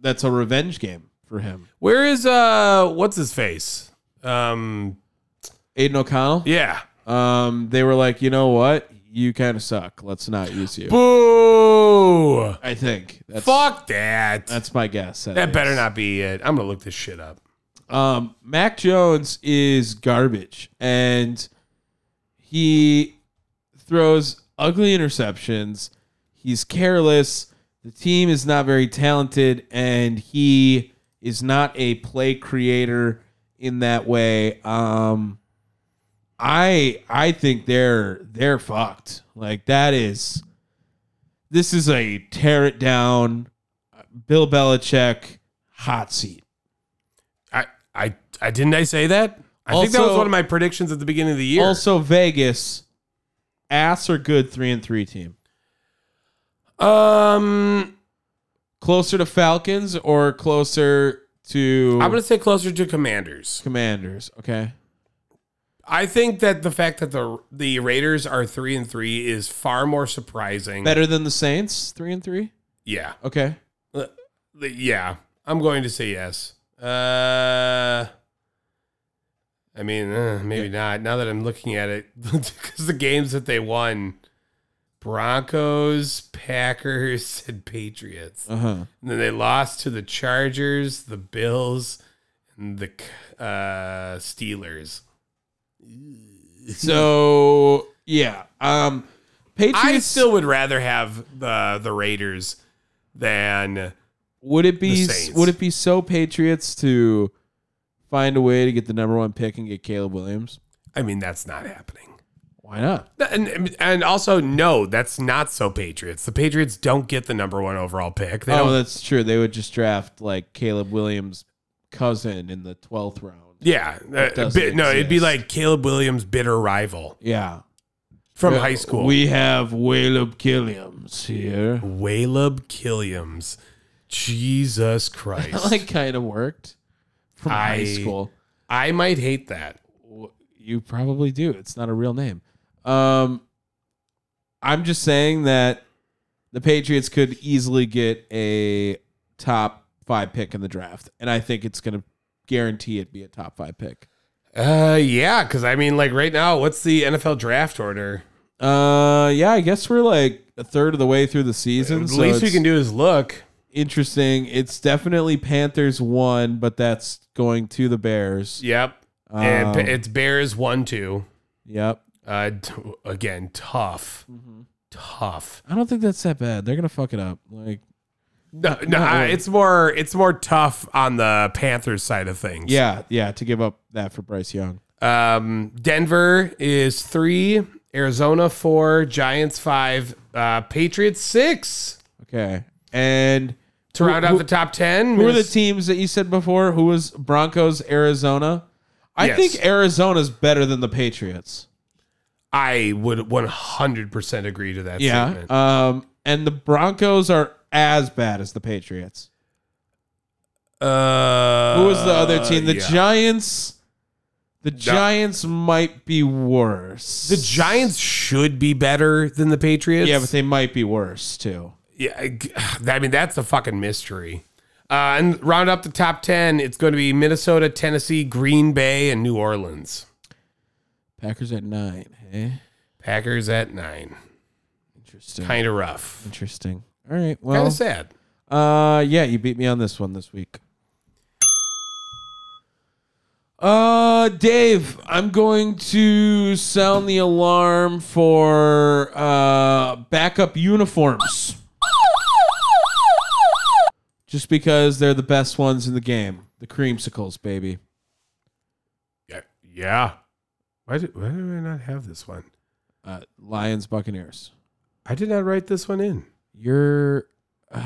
[SPEAKER 2] that's a revenge game for him.
[SPEAKER 3] Where is uh what's his face? Um
[SPEAKER 2] Aiden O'Connell.
[SPEAKER 3] yeah.
[SPEAKER 2] Um they were like, "You know what? you kind of suck. Let's not use you.
[SPEAKER 3] Boo!
[SPEAKER 2] I think that's
[SPEAKER 3] Fuck that.
[SPEAKER 2] that's my guess.
[SPEAKER 3] that
[SPEAKER 2] is.
[SPEAKER 3] better not be it. I'm gonna look this shit up.
[SPEAKER 2] Um, Mac Jones is garbage, and he throws ugly interceptions. He's careless. The team is not very talented, and he is not a play creator in that way. Um, I I think they're they're fucked. Like that is this is a tear it down, Bill Belichick hot seat.
[SPEAKER 3] I I I didn't I say that? I think that was
[SPEAKER 2] Also-
[SPEAKER 3] one of my predictions at the beginning of the year.
[SPEAKER 2] Also, Vegas, ass are good three and three team.
[SPEAKER 3] um
[SPEAKER 2] Closer to Falcons or closer to
[SPEAKER 3] I'm gonna say closer to commanders.
[SPEAKER 2] Commanders? Okay.
[SPEAKER 3] I think that the fact that the the Raiders are three and three is far more surprising.
[SPEAKER 2] Better than the Saints, three and three.
[SPEAKER 3] Yeah.
[SPEAKER 2] Okay.
[SPEAKER 3] Uh, Yeah. I'm going to say yes. Uh I mean, uh, maybe not. Now that I'm looking at it, because the games that they won, Broncos, Packers, and Patriots.
[SPEAKER 2] Uh huh.
[SPEAKER 3] And then they lost to the Chargers, the Bills, and the uh, Steelers.
[SPEAKER 2] So yeah, um, Patriots.
[SPEAKER 3] I still would rather have the the Raiders than
[SPEAKER 2] would it be
[SPEAKER 3] the Saints.
[SPEAKER 2] would it be so Patriots to find a way to get the number one pick and get Caleb Williams?
[SPEAKER 3] I mean that's not happening.
[SPEAKER 2] Why not?
[SPEAKER 3] And, and also no, that's not so Patriots. The Patriots don't get the number 1 overall pick. They
[SPEAKER 2] oh,
[SPEAKER 3] don't
[SPEAKER 2] that's true. They would just draft like Caleb Williams' cousin in the twelfth round.
[SPEAKER 3] yeah, uh,
[SPEAKER 2] doesn't
[SPEAKER 3] bit- no, it'd be
[SPEAKER 2] exist.
[SPEAKER 3] like Caleb Williams' bitter rival
[SPEAKER 2] Yeah,
[SPEAKER 3] from
[SPEAKER 2] Uh,
[SPEAKER 3] high school.
[SPEAKER 2] We have Caleb Killiams here.
[SPEAKER 3] Caleb Killiams. Jesus Christ.
[SPEAKER 2] like kind of worked from high
[SPEAKER 3] I-
[SPEAKER 2] school.
[SPEAKER 3] I might hate that.
[SPEAKER 2] W- You probably do. It's not a real name. Um, I'm just saying that the Patriots could easily get a top five pick in the draft, and I think it's going to guarantee it be a top five pick.
[SPEAKER 3] Uh, yeah, because I mean, like right now, what's the NFL draft order?
[SPEAKER 2] Uh, yeah, I guess we're like a third of the way through the season.
[SPEAKER 3] the
[SPEAKER 2] so
[SPEAKER 3] least we
[SPEAKER 2] it's-
[SPEAKER 3] can do is look.
[SPEAKER 2] interesting. It's definitely Panthers one, but that's going to the Bears.
[SPEAKER 3] Yep, and
[SPEAKER 2] Um,
[SPEAKER 3] p- it's Bears one two.
[SPEAKER 2] Yep.
[SPEAKER 3] Uh, t- again, tough, tough.
[SPEAKER 2] I don't think that's that bad. They're gonna fuck it up. Like,
[SPEAKER 3] No, no, I-
[SPEAKER 2] really.
[SPEAKER 3] it's more, it's more tough on the Panthers side of things.
[SPEAKER 2] yeah, yeah, to give up that for Bryce Young.
[SPEAKER 3] Um, Denver is three, Arizona four, Giants five, uh, Patriots six.
[SPEAKER 2] Okay, and
[SPEAKER 3] To round
[SPEAKER 2] who-
[SPEAKER 3] out the top ten,
[SPEAKER 2] who are the
[SPEAKER 3] Minnes-
[SPEAKER 2] teams that you said before? Who was Broncos, Arizona? I
[SPEAKER 3] Yes.
[SPEAKER 2] think Arizona's better than the Patriots.
[SPEAKER 3] I would one hundred percent agree to that.
[SPEAKER 2] Yeah.
[SPEAKER 3] statement.
[SPEAKER 2] Um, and the Broncos are as bad as the Patriots.
[SPEAKER 3] Uh,
[SPEAKER 2] Who was the other team? The
[SPEAKER 3] yeah.
[SPEAKER 2] Giants. The Giants might be worse.
[SPEAKER 3] The Giants should be better than the Patriots.
[SPEAKER 2] Yeah, but they might be worse too.
[SPEAKER 3] yeah, I g- I mean that's a fucking mystery. Uh, and round up the top ten, it's going to be Minnesota, Tennessee, Green Bay, and New Orleans.
[SPEAKER 2] Packers at nine. Hey,
[SPEAKER 3] Packers at nine.
[SPEAKER 2] interesting.
[SPEAKER 3] Kind of rough.
[SPEAKER 2] Interesting. All right.
[SPEAKER 3] Kind
[SPEAKER 2] Well,
[SPEAKER 3] of sad.
[SPEAKER 2] uh, yeah, you beat me on this one this week. Uh, Dave, I'm going to sound the alarm for uh backup uniforms. Just because they're the best ones in the game, the creamsicles, baby.
[SPEAKER 3] Yeah. Yeah. Why did, why did I not have this one?
[SPEAKER 2] Uh, Lions, Buccaneers.
[SPEAKER 3] I did not write this one in.
[SPEAKER 2] You're
[SPEAKER 3] I,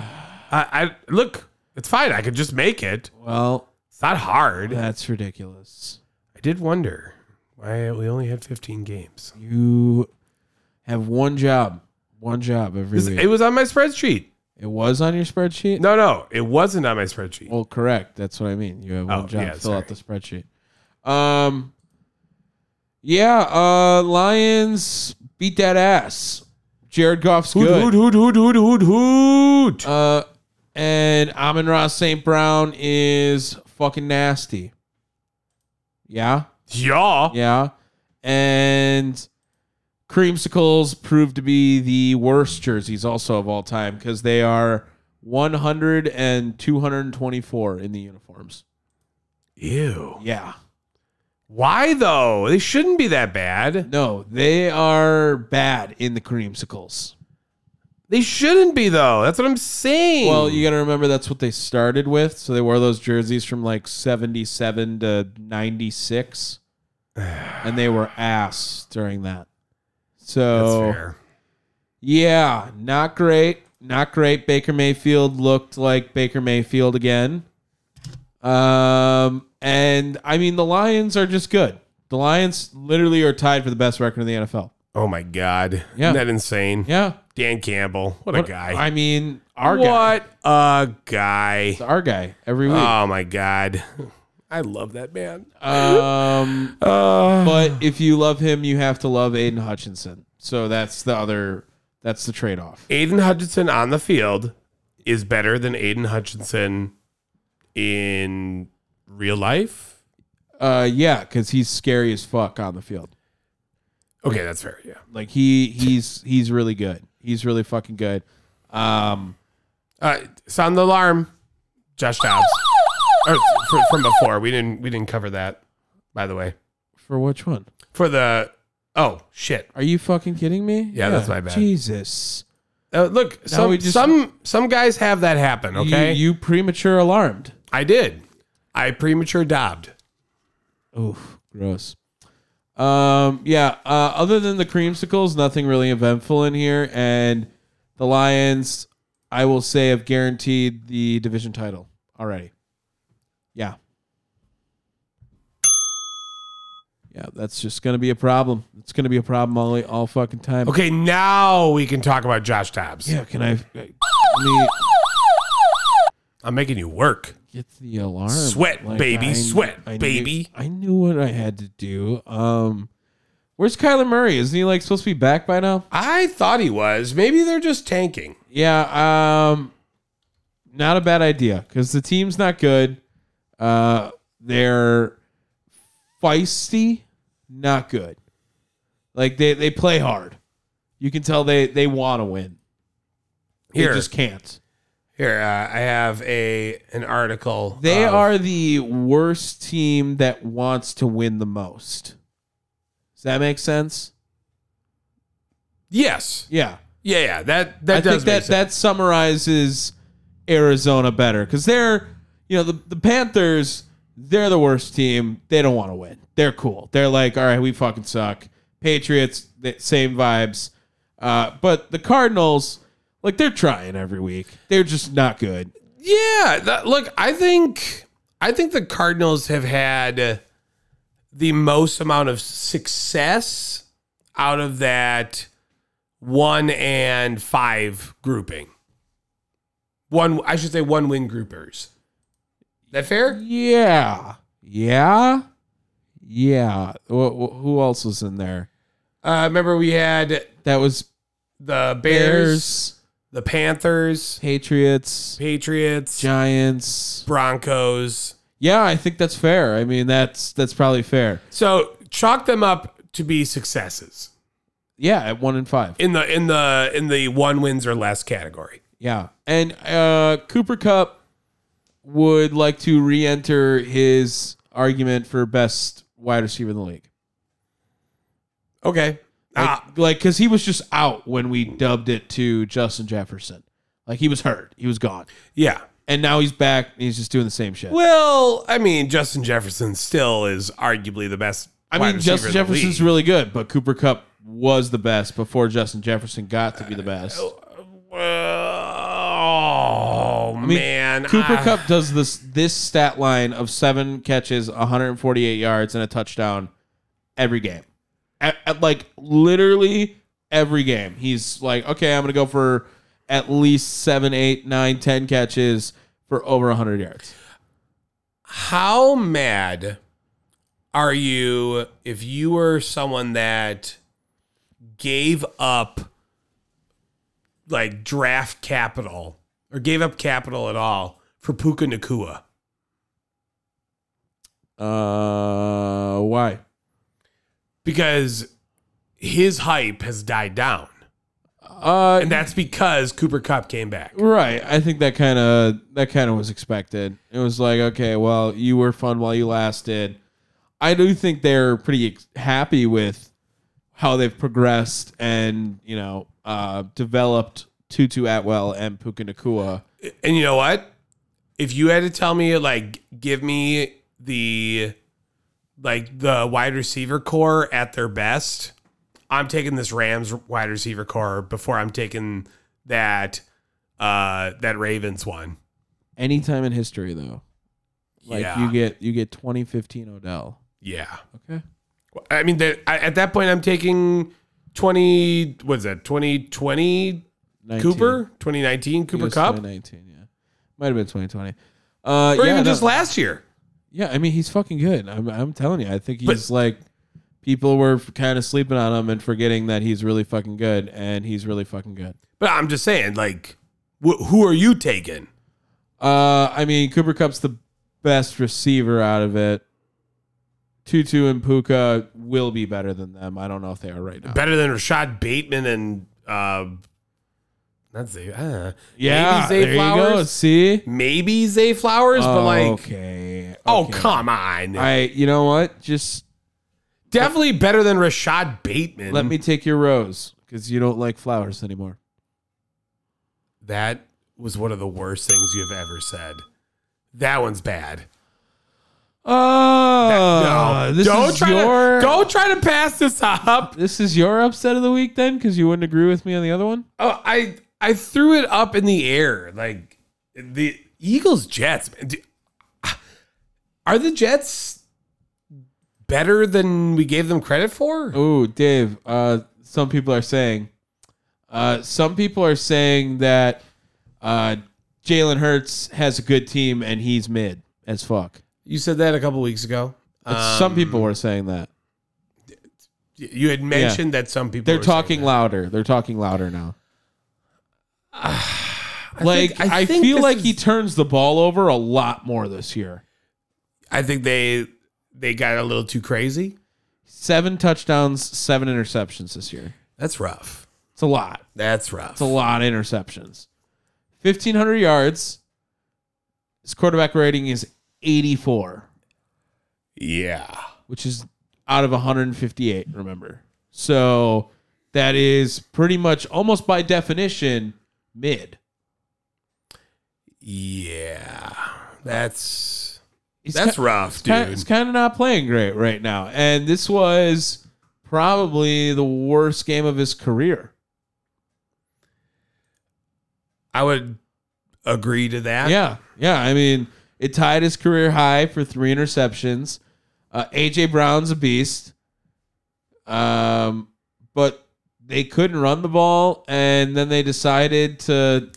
[SPEAKER 3] I look. It's fine. I could just make it.
[SPEAKER 2] well.
[SPEAKER 3] It's not hard.
[SPEAKER 2] That's ridiculous.
[SPEAKER 3] I did wonder why we only had 15 games.
[SPEAKER 2] You have one job, one job every
[SPEAKER 3] This-
[SPEAKER 2] week.
[SPEAKER 3] it was on my spreadsheet.
[SPEAKER 2] It was on your spreadsheet.
[SPEAKER 3] No, no, it wasn't on my spreadsheet.
[SPEAKER 2] Well, correct. That's what I mean. You have one
[SPEAKER 3] Oh,
[SPEAKER 2] job.
[SPEAKER 3] yeah,
[SPEAKER 2] Fill out the spreadsheet. Um. Yeah. Uh. Lions beat that ass. Jared Goff's
[SPEAKER 3] hoot,
[SPEAKER 2] good.
[SPEAKER 3] hoot, hoot, hoot, hoot, hoot, hoot.
[SPEAKER 2] Uh. And Amon Ross St. Brown is fucking nasty. Yeah.
[SPEAKER 3] yeah.
[SPEAKER 2] Yeah. And creamsicles proved to be the worst jerseys also of all time because they are 100 and 224 in the uniforms.
[SPEAKER 3] Ew.
[SPEAKER 2] Yeah.
[SPEAKER 3] Why though? They shouldn't be that bad.
[SPEAKER 2] No, they are bad in the creamsicles.
[SPEAKER 3] They shouldn't be though. That's what I'm saying.
[SPEAKER 2] Well, you got to remember that's what they started with. So they wore those jerseys from like 77 to 96. and they were ass during that.
[SPEAKER 3] that's
[SPEAKER 2] So
[SPEAKER 3] fair.
[SPEAKER 2] Yeah, not great. Not great. Baker Mayfield looked like Baker Mayfield again. Um, and I mean the Lions are just good. The Lions literally are tied for the best record in the NFL.
[SPEAKER 3] Oh my god.
[SPEAKER 2] Yeah.
[SPEAKER 3] Isn't that insane?
[SPEAKER 2] Yeah.
[SPEAKER 3] Dan Campbell. What, a guy.
[SPEAKER 2] I mean, our guy.
[SPEAKER 3] what a guy.
[SPEAKER 2] It's our guy every week.
[SPEAKER 3] Oh my god. I love that man.
[SPEAKER 2] um,
[SPEAKER 3] Uh,
[SPEAKER 2] but if you love him, you have to love Aiden Hutchinson. So that's the other that's the trade off.
[SPEAKER 3] Aiden Hutchinson on the field is better than Aiden Hutchinson in real life.
[SPEAKER 2] Uh yeah, because he's scary as fuck on the field.
[SPEAKER 3] Okay, that's fair. Yeah.
[SPEAKER 2] Like he he's he's really good. He's really fucking good. Um
[SPEAKER 3] Uh, sound the alarm. Josh Dobbs. Or fr- from before. We didn't we didn't cover that, by the way.
[SPEAKER 2] for which one?
[SPEAKER 3] For the oh shit.
[SPEAKER 2] Are you fucking kidding me?
[SPEAKER 3] Yeah, that's my bad.
[SPEAKER 2] Jesus.
[SPEAKER 3] Uh, look, some
[SPEAKER 2] we just-
[SPEAKER 3] some some guys have that happen, okay?
[SPEAKER 2] You, you premature alarmed.
[SPEAKER 3] I did. I premature dobbed.
[SPEAKER 2] Oof, gross. Um yeah, uh other than the creamsicles, nothing really eventful in here and the Lions I will say have guaranteed the division title already. Yeah. Yeah, that's just going to be a problem. It's going to be a problem all, all fucking time.
[SPEAKER 3] Okay, now we can talk about Josh Dobbs.
[SPEAKER 2] Yeah, can I? Let me
[SPEAKER 3] I'm making you work.
[SPEAKER 2] get the alarm.
[SPEAKER 3] Sweat, baby, sweat,
[SPEAKER 2] knew-
[SPEAKER 3] baby.
[SPEAKER 2] I knew what I had to do. Um, where's Kyler Murray? Isn't he like supposed to be back by now?
[SPEAKER 3] I thought he was. Maybe they're just tanking.
[SPEAKER 2] Yeah. Um, not a bad idea because the team's not good. Uh, they're feisty, not good. Like they they play hard. You can tell they they want to win.
[SPEAKER 3] Here.
[SPEAKER 2] They just can't.
[SPEAKER 3] Here, uh, I have a an article.
[SPEAKER 2] They
[SPEAKER 3] of-
[SPEAKER 2] are the worst team that wants to win the most. Does that make sense?
[SPEAKER 3] Yes.
[SPEAKER 2] Yeah.
[SPEAKER 3] Yeah, yeah. That that
[SPEAKER 2] I
[SPEAKER 3] does
[SPEAKER 2] think that
[SPEAKER 3] make sense.
[SPEAKER 2] that summarizes Arizona better cuz they're, you know, the the Panthers, they're the worst team. They don't want to win. They're cool. They're like, "All right, we fucking suck." Patriots, th- same vibes. Uh, but the Cardinals, like they're trying every week. They're just not good.
[SPEAKER 3] Yeah, that, look, I think I think the Cardinals have had the most amount of success out of that one and five grouping. One, I should say, one win groupers. That fair?
[SPEAKER 2] Yeah. Yeah. Yeah. Wh- wh- who else was in there?
[SPEAKER 3] Uh, remember, we had
[SPEAKER 2] That was
[SPEAKER 3] the Bears,
[SPEAKER 2] Bears,
[SPEAKER 3] the Panthers,
[SPEAKER 2] Patriots,
[SPEAKER 3] Patriots,
[SPEAKER 2] Giants.
[SPEAKER 3] Broncos.
[SPEAKER 2] Yeah, I think that's fair. I mean, that's that's probably fair.
[SPEAKER 3] So chalk them up to be successes
[SPEAKER 2] Yeah, at 1 and 5.
[SPEAKER 3] in the in the in the one wins or less category.
[SPEAKER 2] Yeah. And uh Cooper Cup would like to re-enter his argument for best wide receiver in the league.
[SPEAKER 3] Okay.
[SPEAKER 2] Like,
[SPEAKER 3] ah,
[SPEAKER 2] like cuz he was just out when we dubbed it to Justin Jefferson. Like he was hurt. He was gone.
[SPEAKER 3] yeah.
[SPEAKER 2] And now he's back and he's just doing the same shit.
[SPEAKER 3] Well, I mean, Justin Jefferson still is arguably the best.
[SPEAKER 2] I
[SPEAKER 3] wide
[SPEAKER 2] mean,
[SPEAKER 3] receiver
[SPEAKER 2] Justin
[SPEAKER 3] in the
[SPEAKER 2] Jefferson's
[SPEAKER 3] league.
[SPEAKER 2] really good, but Cooper Cup was the best before Justin Jefferson got to be
[SPEAKER 3] Uh,
[SPEAKER 2] the best.
[SPEAKER 3] Oh man, Uh,
[SPEAKER 2] Cooper
[SPEAKER 3] I-
[SPEAKER 2] Cup does this this stat line of seven catches, 148 yards, and a touchdown every game. At, at, like literally every game, he's like, okay, I'm gonna go for at least seven, eight, nine, ten catches for over 100 yards.
[SPEAKER 3] How mad are you if you were someone that gave up like draft capital or gave up capital at all for Puka Nakua?
[SPEAKER 2] Uh, why?
[SPEAKER 3] because his hype has died down.
[SPEAKER 2] Uh,
[SPEAKER 3] And that's because Cooper Cup came back.
[SPEAKER 2] Right. I think that kind of that kind of was expected. It was like, okay, well, you were fun while you lasted. I do think they're pretty ex- happy with how they've progressed and you know uh, developed Tutu Atwell and Puka Nakua.
[SPEAKER 3] And you know what? If you had to tell me, like, give me the like the wide receiver core at their best, I'm taking this Rams wide receiver core before I'm taking that uh that Ravens one.
[SPEAKER 2] Anytime in history, though, like
[SPEAKER 3] yeah.
[SPEAKER 2] you get you get 2015 Odell.
[SPEAKER 3] yeah.
[SPEAKER 2] Okay.
[SPEAKER 3] I mean that I- at that point I'm taking 20 what's that? 2020
[SPEAKER 2] 19.
[SPEAKER 3] Cooper? 2019
[SPEAKER 2] It
[SPEAKER 3] Cooper
[SPEAKER 2] was
[SPEAKER 3] Cup?
[SPEAKER 2] 2019. Yeah. Might have been 2020. Uh,
[SPEAKER 3] Or
[SPEAKER 2] yeah,
[SPEAKER 3] even
[SPEAKER 2] no.
[SPEAKER 3] just last year.
[SPEAKER 2] Yeah, I mean he's fucking good. I'm I'm telling you, I think he's like people were kind of sleeping on him and forgetting that he's really fucking good, and he's really fucking good.
[SPEAKER 3] But I'm just saying like wh- who are you taking?
[SPEAKER 2] Uh, I mean Cooper Cup's the best receiver out of it. Tutu and Puka will be better than them. I don't know if they are right now.
[SPEAKER 3] better than Rashad Bateman and uh, not Zay. I don't know.
[SPEAKER 2] Yeah,
[SPEAKER 3] maybe Zay
[SPEAKER 2] there you go.
[SPEAKER 3] Flowers.
[SPEAKER 2] See,
[SPEAKER 3] Maybe Zay Flowers, but like,
[SPEAKER 2] okay,
[SPEAKER 3] oh
[SPEAKER 2] okay.
[SPEAKER 3] come on,
[SPEAKER 2] I you know what? Just
[SPEAKER 3] definitely better than Rashad Bateman.
[SPEAKER 2] let me take your rose because you don't like flowers anymore.
[SPEAKER 3] That was one of the worst things you have ever said. That one's bad.
[SPEAKER 2] Oh,
[SPEAKER 3] no,
[SPEAKER 2] this
[SPEAKER 3] don't
[SPEAKER 2] is
[SPEAKER 3] try
[SPEAKER 2] your-
[SPEAKER 3] to don't try to pass this up.
[SPEAKER 2] This is your upset of the week then, because you wouldn't agree with me on the other one.
[SPEAKER 3] Oh, I I threw it up in the air like the Eagles Jets. man, do- Are the Jets better than we gave them credit for?
[SPEAKER 2] Oh, Dave. Uh, some people are saying, uh, some people are saying that uh, Jalen Hurts has a good team and he's mid as fuck.
[SPEAKER 3] You said that a couple weeks ago. Um,
[SPEAKER 2] some people were saying that.
[SPEAKER 3] You had mentioned that some people
[SPEAKER 2] They're
[SPEAKER 3] were
[SPEAKER 2] talking
[SPEAKER 3] saying
[SPEAKER 2] louder. They're talking louder now.
[SPEAKER 3] that.
[SPEAKER 2] Like I,
[SPEAKER 3] think- think
[SPEAKER 2] feel
[SPEAKER 3] this
[SPEAKER 2] like
[SPEAKER 3] is-
[SPEAKER 2] he turns the ball over a lot more this year.
[SPEAKER 3] I think they they got a little too crazy.
[SPEAKER 2] Seven touchdowns, seven interceptions this year.
[SPEAKER 3] That's rough.
[SPEAKER 2] It's a lot.
[SPEAKER 3] That's rough.
[SPEAKER 2] It's a lot of interceptions. 1,500 yards. His quarterback rating is 84,
[SPEAKER 3] Yeah.
[SPEAKER 2] which is out of 158, remember. So that is pretty much almost by definition mid.
[SPEAKER 3] Yeah. That's
[SPEAKER 2] He's
[SPEAKER 3] that's
[SPEAKER 2] ki-
[SPEAKER 3] rough,
[SPEAKER 2] he's ki-
[SPEAKER 3] dude.
[SPEAKER 2] He's kind of not playing great right now. And this was probably the worst game of his career.
[SPEAKER 3] I would agree to that.
[SPEAKER 2] Yeah, yeah. I mean, it tied his career high for three interceptions. Uh, AJ Brown's a beast, um, but they couldn't run the ball, and then they decided to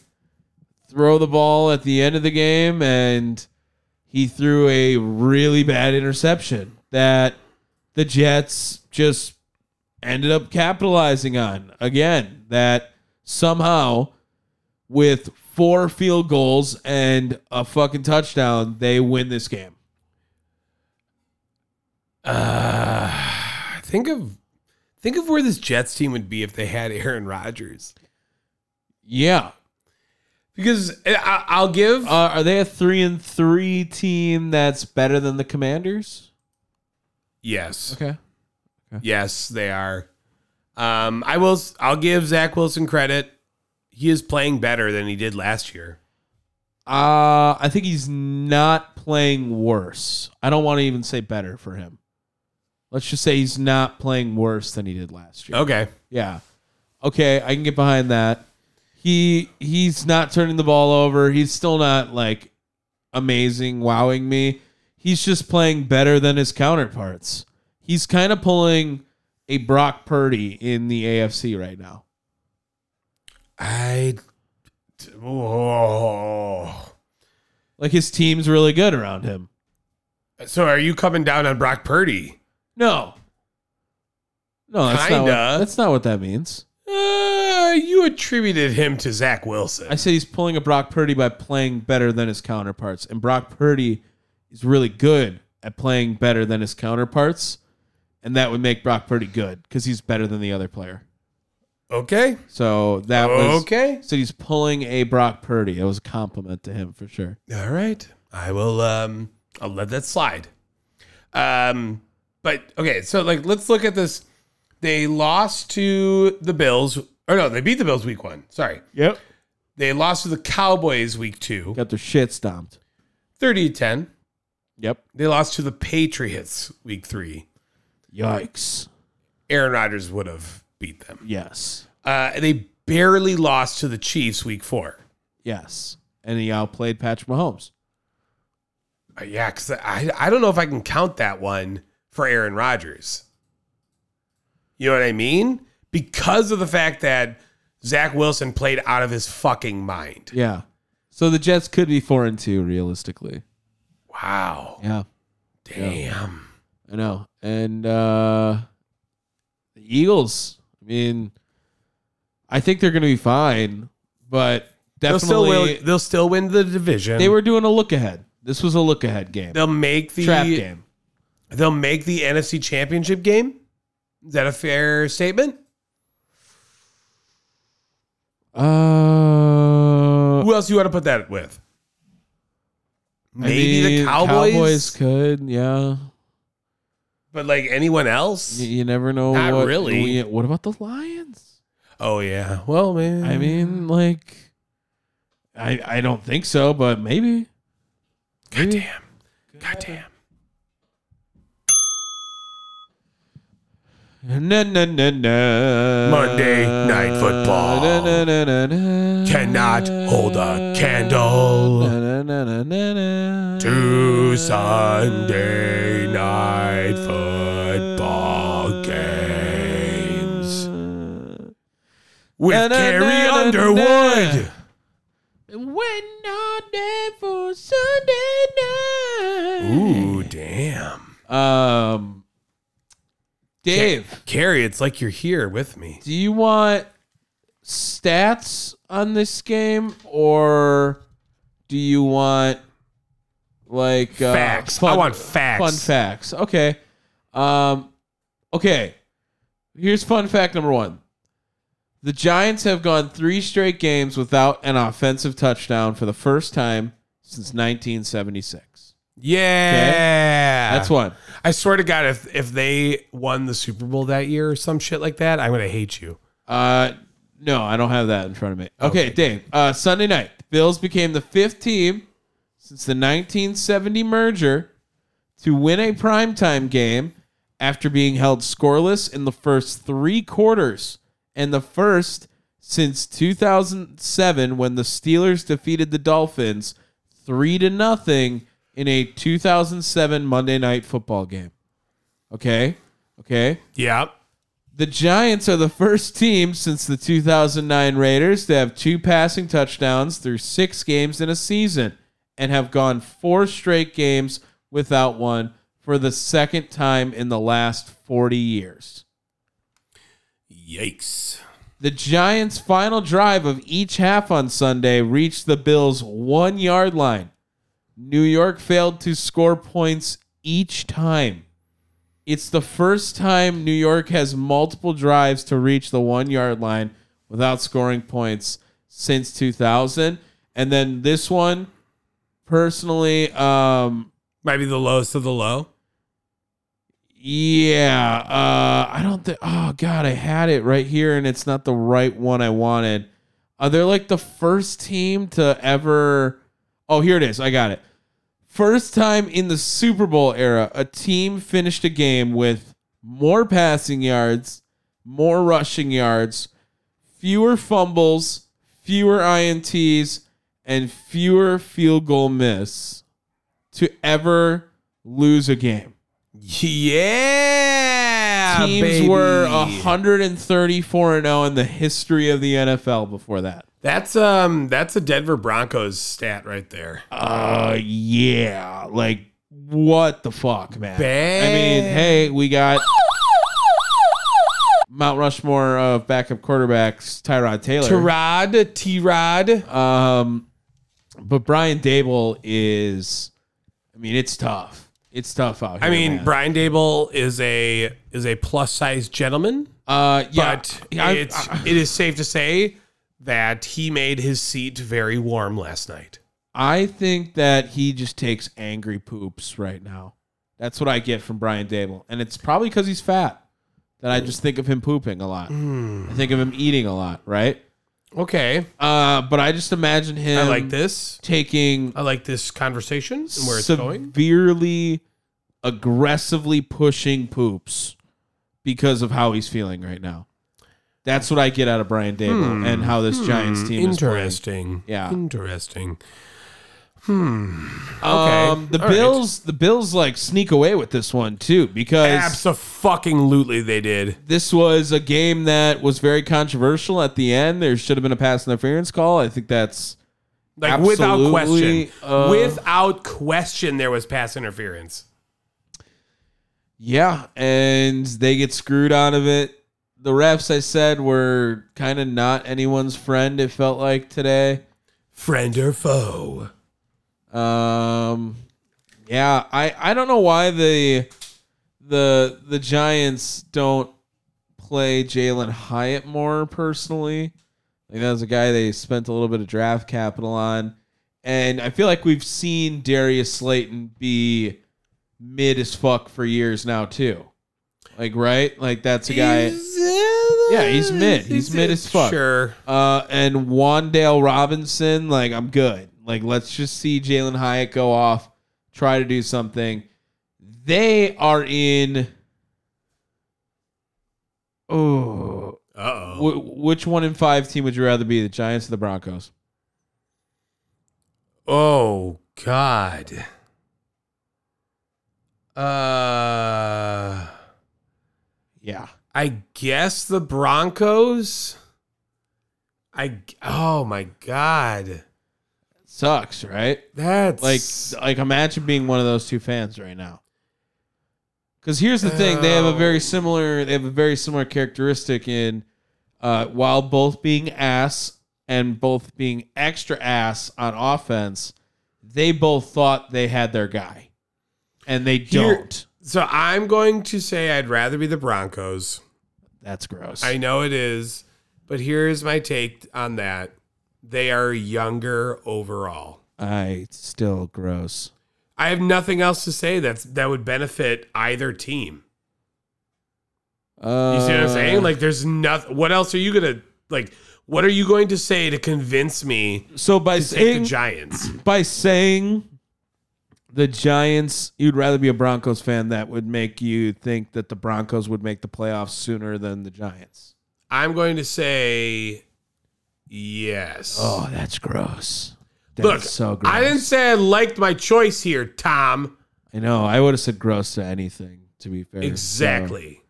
[SPEAKER 2] throw the ball at the end of the game, and he threw a really bad interception that the Jets just ended up capitalizing on again. That somehow with four field goals and a fucking touchdown, they win this game.
[SPEAKER 3] Uh, think of think of where this Jets team would be if they had Aaron Rodgers.
[SPEAKER 2] Yeah.
[SPEAKER 3] Because eh, I, I'll give
[SPEAKER 2] Uh, are they a three and three team that's better than the Commanders?
[SPEAKER 3] yes.
[SPEAKER 2] Okay.
[SPEAKER 3] Yes, they are. Um, I will. I'll give Zach Wilson credit. He is playing better than he did last year.
[SPEAKER 2] Uh, I think he's not playing worse. I don't want to even say better for him. Let's just say he's not playing worse than he did last year.
[SPEAKER 3] Okay.
[SPEAKER 2] Yeah. Okay, I can get behind that. He he's not turning the ball over. He's still not like amazing, wowing me. He's just playing better than his counterparts. He's kind of pulling a Brock Purdy in the AFC right now.
[SPEAKER 3] I. Oh.
[SPEAKER 2] Like his team's really good around him.
[SPEAKER 3] So are you coming down on Brock Purdy?
[SPEAKER 2] No. No, that's not
[SPEAKER 3] Kinda.
[SPEAKER 2] what, that's not what that means.
[SPEAKER 3] Uh, you attributed him to Zach Wilson.
[SPEAKER 2] I say he's pulling a Brock Purdy by playing better than his counterparts, and Brock Purdy is really good at playing better than his counterparts. and that would make Brock Purdy good because he's better than the other player.
[SPEAKER 3] Okay.
[SPEAKER 2] So that was
[SPEAKER 3] Okay.
[SPEAKER 2] So he's pulling a Brock Purdy. It was a compliment to him for sure.
[SPEAKER 3] All right. I will um I'll let that slide. Um but okay, so like let's look at this. They lost to the Bills. Or no, they beat the Bills week one. Sorry.
[SPEAKER 2] Yep,
[SPEAKER 3] They lost to the Cowboys week two.
[SPEAKER 2] got their shit stomped.
[SPEAKER 3] 30 10.
[SPEAKER 2] Yep.
[SPEAKER 3] They lost to the Patriots week three.
[SPEAKER 2] Yikes.
[SPEAKER 3] Aaron Rodgers would have beat them.
[SPEAKER 2] Yes.
[SPEAKER 3] Uh, they barely lost to the Chiefs week four.
[SPEAKER 2] Yes. And he outplayed Patrick Mahomes.
[SPEAKER 3] Uh, yeah, because I, I don't know if I can count that one for Aaron Rodgers. You know what I mean? Because of the fact that Zach Wilson played out of his fucking mind.
[SPEAKER 2] Yeah. So the Jets could be four and two realistically.
[SPEAKER 3] Wow.
[SPEAKER 2] Yeah.
[SPEAKER 3] Damn.
[SPEAKER 2] I know. And uh the Eagles, I mean I think they're gonna be fine, but
[SPEAKER 3] They'll still,
[SPEAKER 2] definitely
[SPEAKER 3] win, they'll still win the division.
[SPEAKER 2] they were doing a look ahead. This was a look ahead game.
[SPEAKER 3] They'll make the
[SPEAKER 2] Trap game.
[SPEAKER 3] They'll make the NFC Championship game. Is that a fair statement?
[SPEAKER 2] Uh
[SPEAKER 3] Who else you want to put that with?
[SPEAKER 2] I
[SPEAKER 3] Maybe the
[SPEAKER 2] mean,
[SPEAKER 3] Cowboys,
[SPEAKER 2] could, yeah.
[SPEAKER 3] but like anyone else?
[SPEAKER 2] Y- You never know.
[SPEAKER 3] Not
[SPEAKER 2] what,
[SPEAKER 3] really.
[SPEAKER 2] we- What about the Lions?
[SPEAKER 3] Oh yeah. Well, man.
[SPEAKER 2] I mean, like, I I don't think so, but maybe.
[SPEAKER 3] goddamn, goddamn.
[SPEAKER 2] Na, na, na, na.
[SPEAKER 3] Monday Night Football
[SPEAKER 2] Na, na, na, na, na.
[SPEAKER 3] cannot hold a candle
[SPEAKER 2] Na, na, na, na, na, na.
[SPEAKER 3] to Sunday night football games with
[SPEAKER 2] Na, na,
[SPEAKER 3] Carrie
[SPEAKER 2] na, na,
[SPEAKER 3] Underwood.
[SPEAKER 2] na. Waiting all day for Sunday night.
[SPEAKER 3] Ooh, damn.
[SPEAKER 2] Um, Dave.
[SPEAKER 3] Carrie, it's like you're here with me.
[SPEAKER 2] Do you want stats on this game or do you want like uh,
[SPEAKER 3] Facts. I
[SPEAKER 2] fun-
[SPEAKER 3] want facts.
[SPEAKER 2] Fun facts. Okay. Um okay. Here's fun fact number 1. The Giants have gone 3 straight games without an offensive touchdown for the first time since 1976.
[SPEAKER 3] Yeah.
[SPEAKER 2] That's one.
[SPEAKER 3] I swear to God, if if they won the Super Bowl that year or some shit like that, I'm gonna hate you.
[SPEAKER 2] Uh, no, I don't have that in front of me. Okay, Dave. Uh, Sunday night, the Bills became the fifth team since the 1970 merger to win a primetime game after being held scoreless in the first three quarters, and the first since 2007 when the Steelers defeated the Dolphins three to nothing in a 2007 Monday Night Football game. Okay, okay.
[SPEAKER 3] Yeah.
[SPEAKER 2] The Giants are the first team since the 2009 Raiders to have two passing touchdowns through six games in a season and have gone four straight games without one for the second time in the last 40 years.
[SPEAKER 3] Yikes.
[SPEAKER 2] The Giants' final drive of each half on Sunday reached the Bills' one yard line. New York failed to score points each time. It's the first time New York has multiple drives to reach the one yard line without scoring points since 2000. And then this one, personally, um,
[SPEAKER 3] Might be the lowest of the low.
[SPEAKER 2] yeah, uh, I don't think. Oh God, I had it right here, and it's not the right one I wanted. Uh, they're like the first team to ever. Oh, here it is. I got it. First time in the Super Bowl era, a team finished a game with more passing yards, more rushing yards, fewer fumbles, fewer INTs, and fewer field goal miss to ever lose a game
[SPEAKER 3] Yeah.
[SPEAKER 2] teams
[SPEAKER 3] baby.
[SPEAKER 2] were 134 and 0 in the history of the NFL before that.
[SPEAKER 3] That's um that's a Denver Broncos stat right there.
[SPEAKER 2] Uh yeah, like what the fuck, man? I mean,
[SPEAKER 3] Bad.
[SPEAKER 2] hey, we got Mount Rushmore of backup quarterbacks, Tyrod Taylor.
[SPEAKER 3] Tyrod, T Rod.
[SPEAKER 2] Um, but Brian Dable is, I mean, it's tough. It's tough out here.
[SPEAKER 3] I mean,
[SPEAKER 2] man.
[SPEAKER 3] Brian Dable is a is a plus size gentleman,
[SPEAKER 2] uh, yeah,
[SPEAKER 3] but
[SPEAKER 2] I-
[SPEAKER 3] it's
[SPEAKER 2] I-
[SPEAKER 3] it is safe to say that he made his seat very warm last night.
[SPEAKER 2] I think that he just takes angry poops right now. That's what I get from Brian Dable, and it's probably because he's fat that I just think of him pooping a lot.
[SPEAKER 3] Hmm.
[SPEAKER 2] I think of him eating a lot, right?
[SPEAKER 3] Okay,
[SPEAKER 2] Uh, but I just imagine him
[SPEAKER 3] I like this.
[SPEAKER 2] taking
[SPEAKER 3] I like this conversation and where it's going.
[SPEAKER 2] severely aggressively pushing poops because of how he's feeling right now. That's what I get out of Brian Dable
[SPEAKER 3] Hmm.
[SPEAKER 2] and how this Giants team is playing.
[SPEAKER 3] Interesting.
[SPEAKER 2] Yeah.
[SPEAKER 3] Interesting. Okay.
[SPEAKER 2] Um, the
[SPEAKER 3] All right.
[SPEAKER 2] Bills, the Bills, like sneak away with this one too because
[SPEAKER 3] Absolutely, they did.
[SPEAKER 2] this was a game that was very controversial at the end. There should have been a pass interference call. I think that's
[SPEAKER 3] Like
[SPEAKER 2] Absolutely,
[SPEAKER 3] without question.
[SPEAKER 2] uh,
[SPEAKER 3] without question, there was pass interference.
[SPEAKER 2] yeah, and they get screwed out of it. The refs, I said, were kind of not anyone's friend. It felt like today.
[SPEAKER 3] Friend or foe?
[SPEAKER 2] Um, yeah, I I don't know why the the the Giants don't play Jalen Hyatt more personally. Like that was a guy they spent a little bit of draft capital on, and I feel like we've seen Darius Slayton be mid as fuck for years now too. Like right, like that's a guy. Yeah, he's mid. He's mid as fuck.
[SPEAKER 3] Sure.
[SPEAKER 2] Uh, and Wandale Robinson, like I'm good. Like let's just see Jalen Hyatt go off, try to do something. They are in. Oh,
[SPEAKER 3] Uh oh.
[SPEAKER 2] wh- which one in five team would you rather be, the Giants or the Broncos?
[SPEAKER 3] Oh God. Uh,
[SPEAKER 2] Yeah,
[SPEAKER 3] I guess the Broncos. I oh my God.
[SPEAKER 2] sucks, right?
[SPEAKER 3] That's
[SPEAKER 2] Like, like imagine being one of those two fans right now. Because here's the thing: they have a
[SPEAKER 3] Oh.
[SPEAKER 2] very similar, they have a very similar characteristic in, uh, while both being ass and both being extra ass on offense, they both thought they had their guy, and they
[SPEAKER 3] Here-
[SPEAKER 2] don't.
[SPEAKER 3] so I'm going to say I'd rather be the Broncos.
[SPEAKER 2] That's gross.
[SPEAKER 3] I know it is, but here's my take on that. They are younger overall.
[SPEAKER 2] I still gross.
[SPEAKER 3] I have nothing else to say that's that would benefit either team.
[SPEAKER 2] Uh,
[SPEAKER 3] You see what I'm saying? Like there's nothing what else are you gonna like what are you going to say to convince me
[SPEAKER 2] so by
[SPEAKER 3] to take the
[SPEAKER 2] saying
[SPEAKER 3] Giants?
[SPEAKER 2] by saying the Giants, you'd rather be a Broncos fan. That would make you think that the Broncos would make the playoffs sooner than the Giants.
[SPEAKER 3] I'm going to say yes.
[SPEAKER 2] Oh, that's gross. That's
[SPEAKER 3] Look,
[SPEAKER 2] so gross.
[SPEAKER 3] I didn't say I liked my choice here, Tom.
[SPEAKER 2] I know. I would have said gross to anything. To be fair,
[SPEAKER 3] Exactly.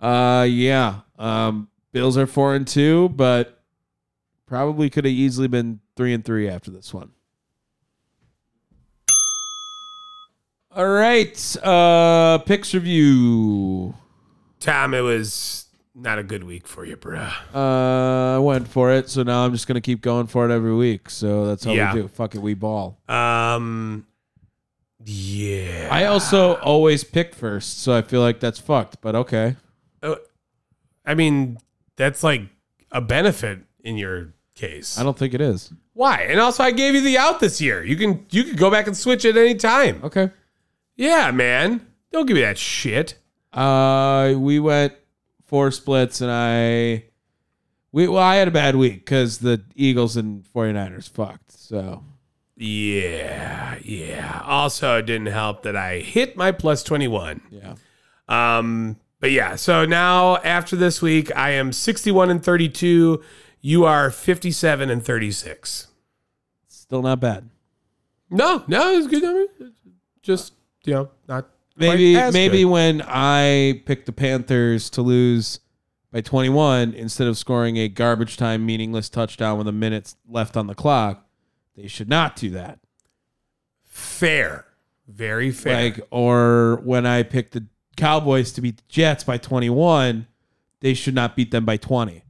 [SPEAKER 2] So, uh, yeah. Um, Bills are four and two, but probably could have easily been three and three after this one. All right, uh, picks review.
[SPEAKER 3] Tom, it was not a good week for you, bruh.
[SPEAKER 2] Uh, I went for it, so now I'm just gonna keep going for it every week. So that's how
[SPEAKER 3] Yeah.
[SPEAKER 2] we do. Fuck it, we ball.
[SPEAKER 3] Um, yeah.
[SPEAKER 2] I also always pick first, so I feel like that's fucked. But okay,
[SPEAKER 3] I mean, that's like a benefit in your case.
[SPEAKER 2] I don't think it is.
[SPEAKER 3] Why? And also, I gave you the out this year. You can you can go back and switch at any time.
[SPEAKER 2] Okay.
[SPEAKER 3] Yeah, man. Don't give me that shit.
[SPEAKER 2] Uh, we went four splits, and I we well, I had a bad week because the Eagles and 49ers fucked. So
[SPEAKER 3] Yeah, yeah. Also, it didn't help that I hit my plus twenty one.
[SPEAKER 2] yeah,
[SPEAKER 3] Um, but yeah, so now after this week, I am 61 and 32. You are 57 and 36.
[SPEAKER 2] still not bad.
[SPEAKER 3] No, no, it's a good number. Just, you know, not quite
[SPEAKER 2] Maybe
[SPEAKER 3] as
[SPEAKER 2] maybe
[SPEAKER 3] good.
[SPEAKER 2] when I picked the Panthers to lose by 21 instead of scoring a garbage time meaningless touchdown with a minute left on the clock, they should not do that.
[SPEAKER 3] fair. Very fair.
[SPEAKER 2] Like or when I picked the Cowboys to beat the Jets by 21, they should not beat them by 20.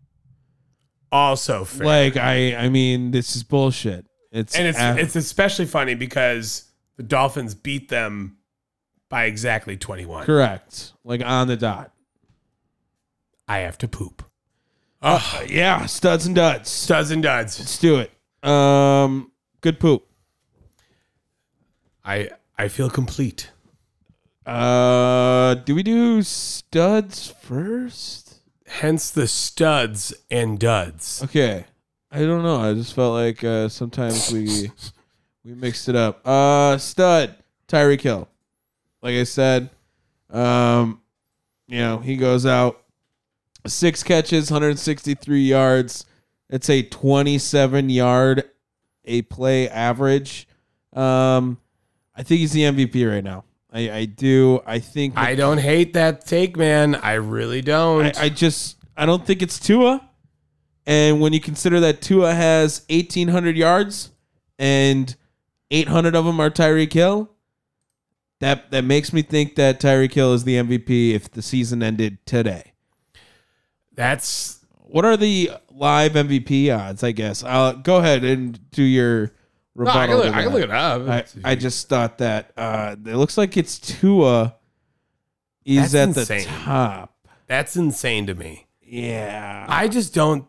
[SPEAKER 3] also fair.
[SPEAKER 2] Like I I mean this is bullshit. It's
[SPEAKER 3] and it's
[SPEAKER 2] a-
[SPEAKER 3] it's especially funny because the Dolphins beat them by exactly 21.
[SPEAKER 2] Correct. Like on the dot.
[SPEAKER 3] I have to poop.
[SPEAKER 2] Uh, yeah, studs and duds.
[SPEAKER 3] Studs and duds.
[SPEAKER 2] Let's do it. Um, good poop.
[SPEAKER 3] I I feel complete.
[SPEAKER 2] Uh, do we do studs first?
[SPEAKER 3] Hence the studs and duds.
[SPEAKER 2] Okay. I don't know. I just felt like uh, sometimes we we mixed it up. Uh, stud Tyreek Hill. Like I said, um, you know he goes out six catches, 163 yards. It's a 27 yard a play average. Um, I think he's the MVP right now. I, I do. I think
[SPEAKER 3] I don't hate that take, man. I really don't.
[SPEAKER 2] I, I just I don't think it's Tua. And when you consider that Tua has eighteen hundred yards and eight hundred of them are Tyreek Hill, that that makes me think that Tyreek Hill is the MVP if the season ended today.
[SPEAKER 3] That's
[SPEAKER 2] What are the live MVP odds? I guess I'll go ahead and do your
[SPEAKER 3] no,
[SPEAKER 2] rebuttal.
[SPEAKER 3] I, can look,
[SPEAKER 2] to
[SPEAKER 3] I can
[SPEAKER 2] that.
[SPEAKER 3] look it up.
[SPEAKER 2] I, I just thought that uh, it looks like it's Tua. Is
[SPEAKER 3] That's
[SPEAKER 2] at
[SPEAKER 3] insane.
[SPEAKER 2] the top.
[SPEAKER 3] that's insane to me.
[SPEAKER 2] Yeah.
[SPEAKER 3] I just don't.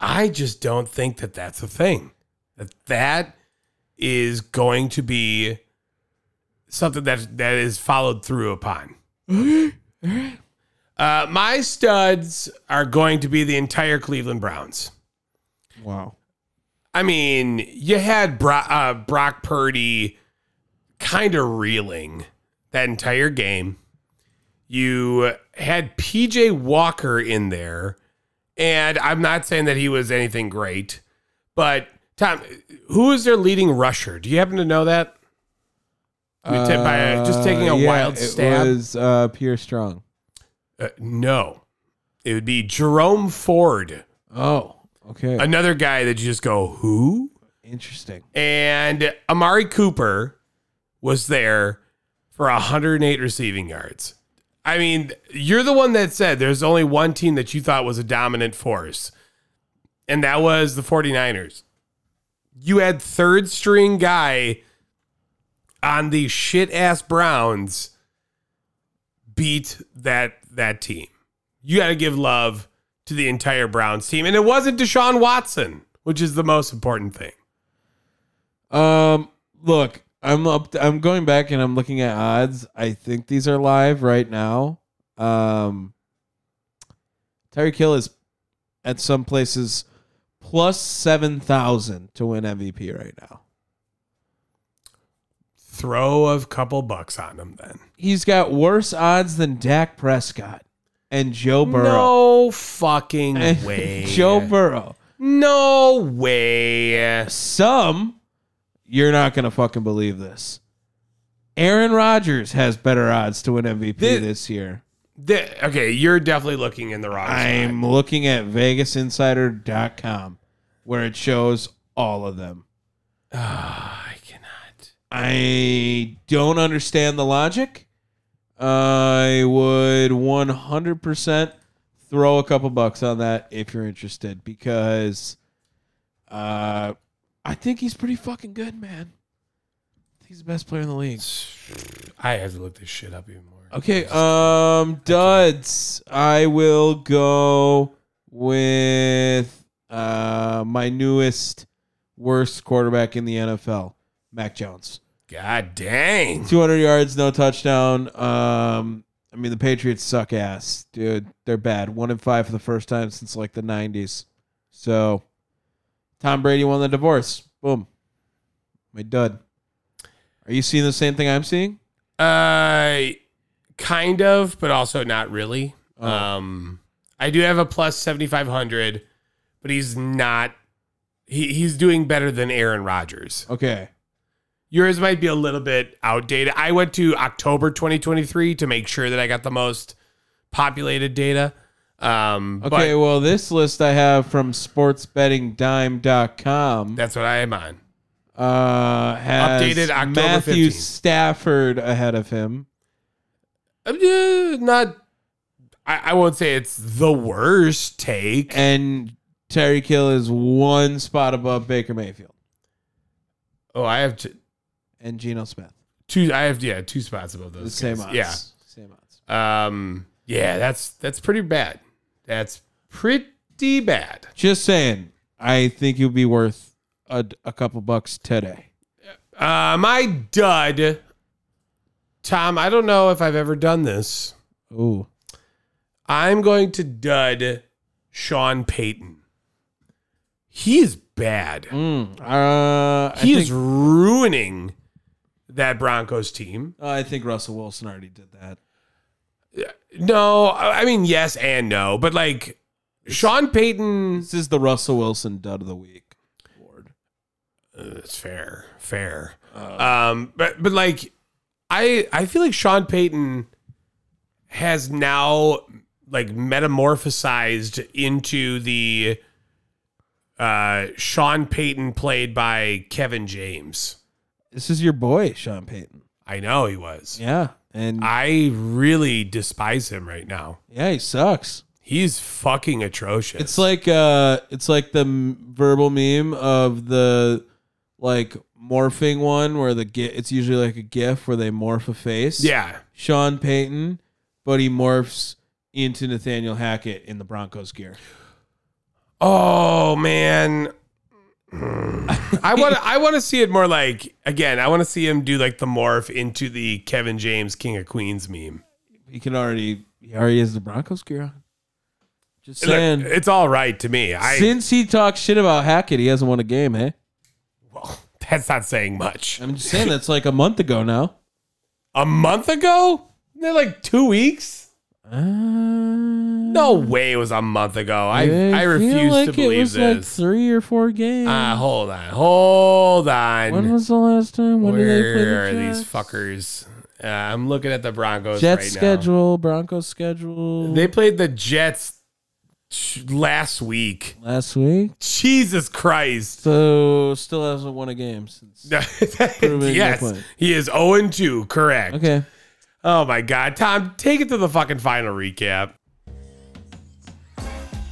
[SPEAKER 3] I just don't think that that's a thing. That that is going to be something that that is followed through upon. Uh, my studs are going to be the entire Cleveland Browns.
[SPEAKER 2] wow.
[SPEAKER 3] I mean, you had Bro- uh, Brock Purdy kind of reeling that entire game. You had PJ Walker in there, and I'm not saying that he was anything great, but Tom, who is their leading rusher? Do you happen to know that? We tip by- just taking a wild stab?
[SPEAKER 2] Uh, It was uh, Pierre Strong.
[SPEAKER 3] Uh, no. It would be Jerome Ford,
[SPEAKER 2] Oh, okay,
[SPEAKER 3] another guy that you just go, who?
[SPEAKER 2] interesting.
[SPEAKER 3] and Amari Cooper was there for 108 receiving yards. I mean, you're the one that said there's only one team that you thought was a dominant force, and that was the 49ers. You had third string guy on the shit ass Browns beat that that team. You got to give love to the entire Browns team, and it wasn't Deshaun Watson, which is the most important thing.
[SPEAKER 2] Um, look, I'm up. I'm going back and I'm looking at odds. I think these are live right now. Um, Tyreek Hill is at some places plus seven thousand to win MVP right now.
[SPEAKER 3] throw a couple bucks on him then.
[SPEAKER 2] He's got worse odds than Dak Prescott and Joe Burrow. Eh,
[SPEAKER 3] No fucking way.
[SPEAKER 2] Joe Burrow.
[SPEAKER 3] No way.
[SPEAKER 2] some you're not gonna fucking believe this. Aaron Rodgers has better odds to win MVP
[SPEAKER 3] Thi-
[SPEAKER 2] this, year.
[SPEAKER 3] Th- okay, you're definitely looking in the wrong spot.
[SPEAKER 2] I'm looking at VegasInsider.com where it shows all of them.
[SPEAKER 3] Ah, I cannot.
[SPEAKER 2] I don't understand the logic. I would 100% throw a couple bucks on that if you're interested because uh, I think he's pretty fucking good, man. He's the best player in the league.
[SPEAKER 3] I have to look this shit up even more.
[SPEAKER 2] Okay, um, duds. I will go with uh my newest worst quarterback in the NFL, Mac Jones.
[SPEAKER 3] God dang.
[SPEAKER 2] 200 yards, no touchdown. Um, I mean the Patriots suck ass, dude. They're bad. One in five for the first time since like the 90s. So, Tom Brady won the divorce. Boom. My dud. Are you seeing the same thing I'm seeing?
[SPEAKER 3] Uh, kind of, but also not really.
[SPEAKER 2] Oh.
[SPEAKER 3] Um, I do have a plus 7,500, but he's not. He, he's doing better than Aaron Rodgers.
[SPEAKER 2] Okay.
[SPEAKER 3] Yours might be a little bit outdated. I went to October 2023 to make sure that I got the most populated data. Um,
[SPEAKER 2] Okay,
[SPEAKER 3] But
[SPEAKER 2] well, this list I have from sportsbettingdime.com
[SPEAKER 3] that's what I am on.
[SPEAKER 2] uh, has
[SPEAKER 3] Updated October
[SPEAKER 2] Matthew
[SPEAKER 3] 15th.
[SPEAKER 2] Stafford ahead of him.
[SPEAKER 3] I'm just not. I, I won't say it's the worst take.
[SPEAKER 2] And Terry Kill is one spot above Baker Mayfield
[SPEAKER 3] oh, I have to.
[SPEAKER 2] and Geno Smith.
[SPEAKER 3] two. I have yeah, two spots above those.
[SPEAKER 2] The same
[SPEAKER 3] guys.
[SPEAKER 2] odds.
[SPEAKER 3] Yeah.
[SPEAKER 2] Same odds.
[SPEAKER 3] Um, yeah, that's that's pretty bad. That's pretty bad.
[SPEAKER 2] Just saying. I think you'll be worth a, a couple bucks today.
[SPEAKER 3] Uh, my dud, Tom. I don't know if I've ever done this.
[SPEAKER 2] Ooh.
[SPEAKER 3] I'm going to dud Sean Payton. He is bad.
[SPEAKER 2] Mm. Uh, I
[SPEAKER 3] he is
[SPEAKER 2] think,
[SPEAKER 3] ruining that Broncos team.
[SPEAKER 2] uh, I think Russell Wilson already did that.
[SPEAKER 3] No, I I mean yes and no, but like Sean Payton.
[SPEAKER 2] This is the Russell Wilson dud of the week award.
[SPEAKER 3] It's fair, fair. um, but but like, I I feel like Sean Payton has now like metamorphosized into the uh Sean Payton played by Kevin James.
[SPEAKER 2] This is your boy, Sean Payton.
[SPEAKER 3] I know he was.
[SPEAKER 2] Yeah. And
[SPEAKER 3] I really despise him right now.
[SPEAKER 2] yeah, he sucks.
[SPEAKER 3] He's fucking atrocious.
[SPEAKER 2] It's like uh it's like the m- verbal meme of the like morphing one where the gi- it's usually like a gif where they morph a face.
[SPEAKER 3] yeah,
[SPEAKER 2] Sean Payton, but he morphs into Nathaniel Hackett in the Broncos gear.
[SPEAKER 3] Oh man. I want I want to see it more like again. I want to see him do like the morph into the Kevin James King of Queens meme.
[SPEAKER 2] He can already he already has the Broncos gear on. Just
[SPEAKER 3] Look,
[SPEAKER 2] saying.
[SPEAKER 3] it's all right to me. I
[SPEAKER 2] Since he talks shit about Hackett, he hasn't won a game, eh?
[SPEAKER 3] well, that's not saying much.
[SPEAKER 2] I'm just saying that's like a month ago now.
[SPEAKER 3] A month ago, they're like two weeks.
[SPEAKER 2] Uh,
[SPEAKER 3] No way, it was a month ago. I I,
[SPEAKER 2] feel
[SPEAKER 3] refuse
[SPEAKER 2] like
[SPEAKER 3] to believe
[SPEAKER 2] it was
[SPEAKER 3] this.
[SPEAKER 2] Like three or four games.
[SPEAKER 3] uh, hold on, hold on.
[SPEAKER 2] when was the last time? When did they play the
[SPEAKER 3] Where are these
[SPEAKER 2] Jets?
[SPEAKER 3] fuckers? Uh, I'm looking at the Broncos
[SPEAKER 2] Jets
[SPEAKER 3] right now.
[SPEAKER 2] schedule, Broncos schedule.
[SPEAKER 3] They played the Jets sh- last week.
[SPEAKER 2] last week,
[SPEAKER 3] Jesus Christ.
[SPEAKER 2] so still hasn't won a game since. Proving your
[SPEAKER 3] yes,
[SPEAKER 2] point.
[SPEAKER 3] he is 0 2, correct.
[SPEAKER 2] Okay,
[SPEAKER 3] Oh my God. Tom, take it to the fucking final recap.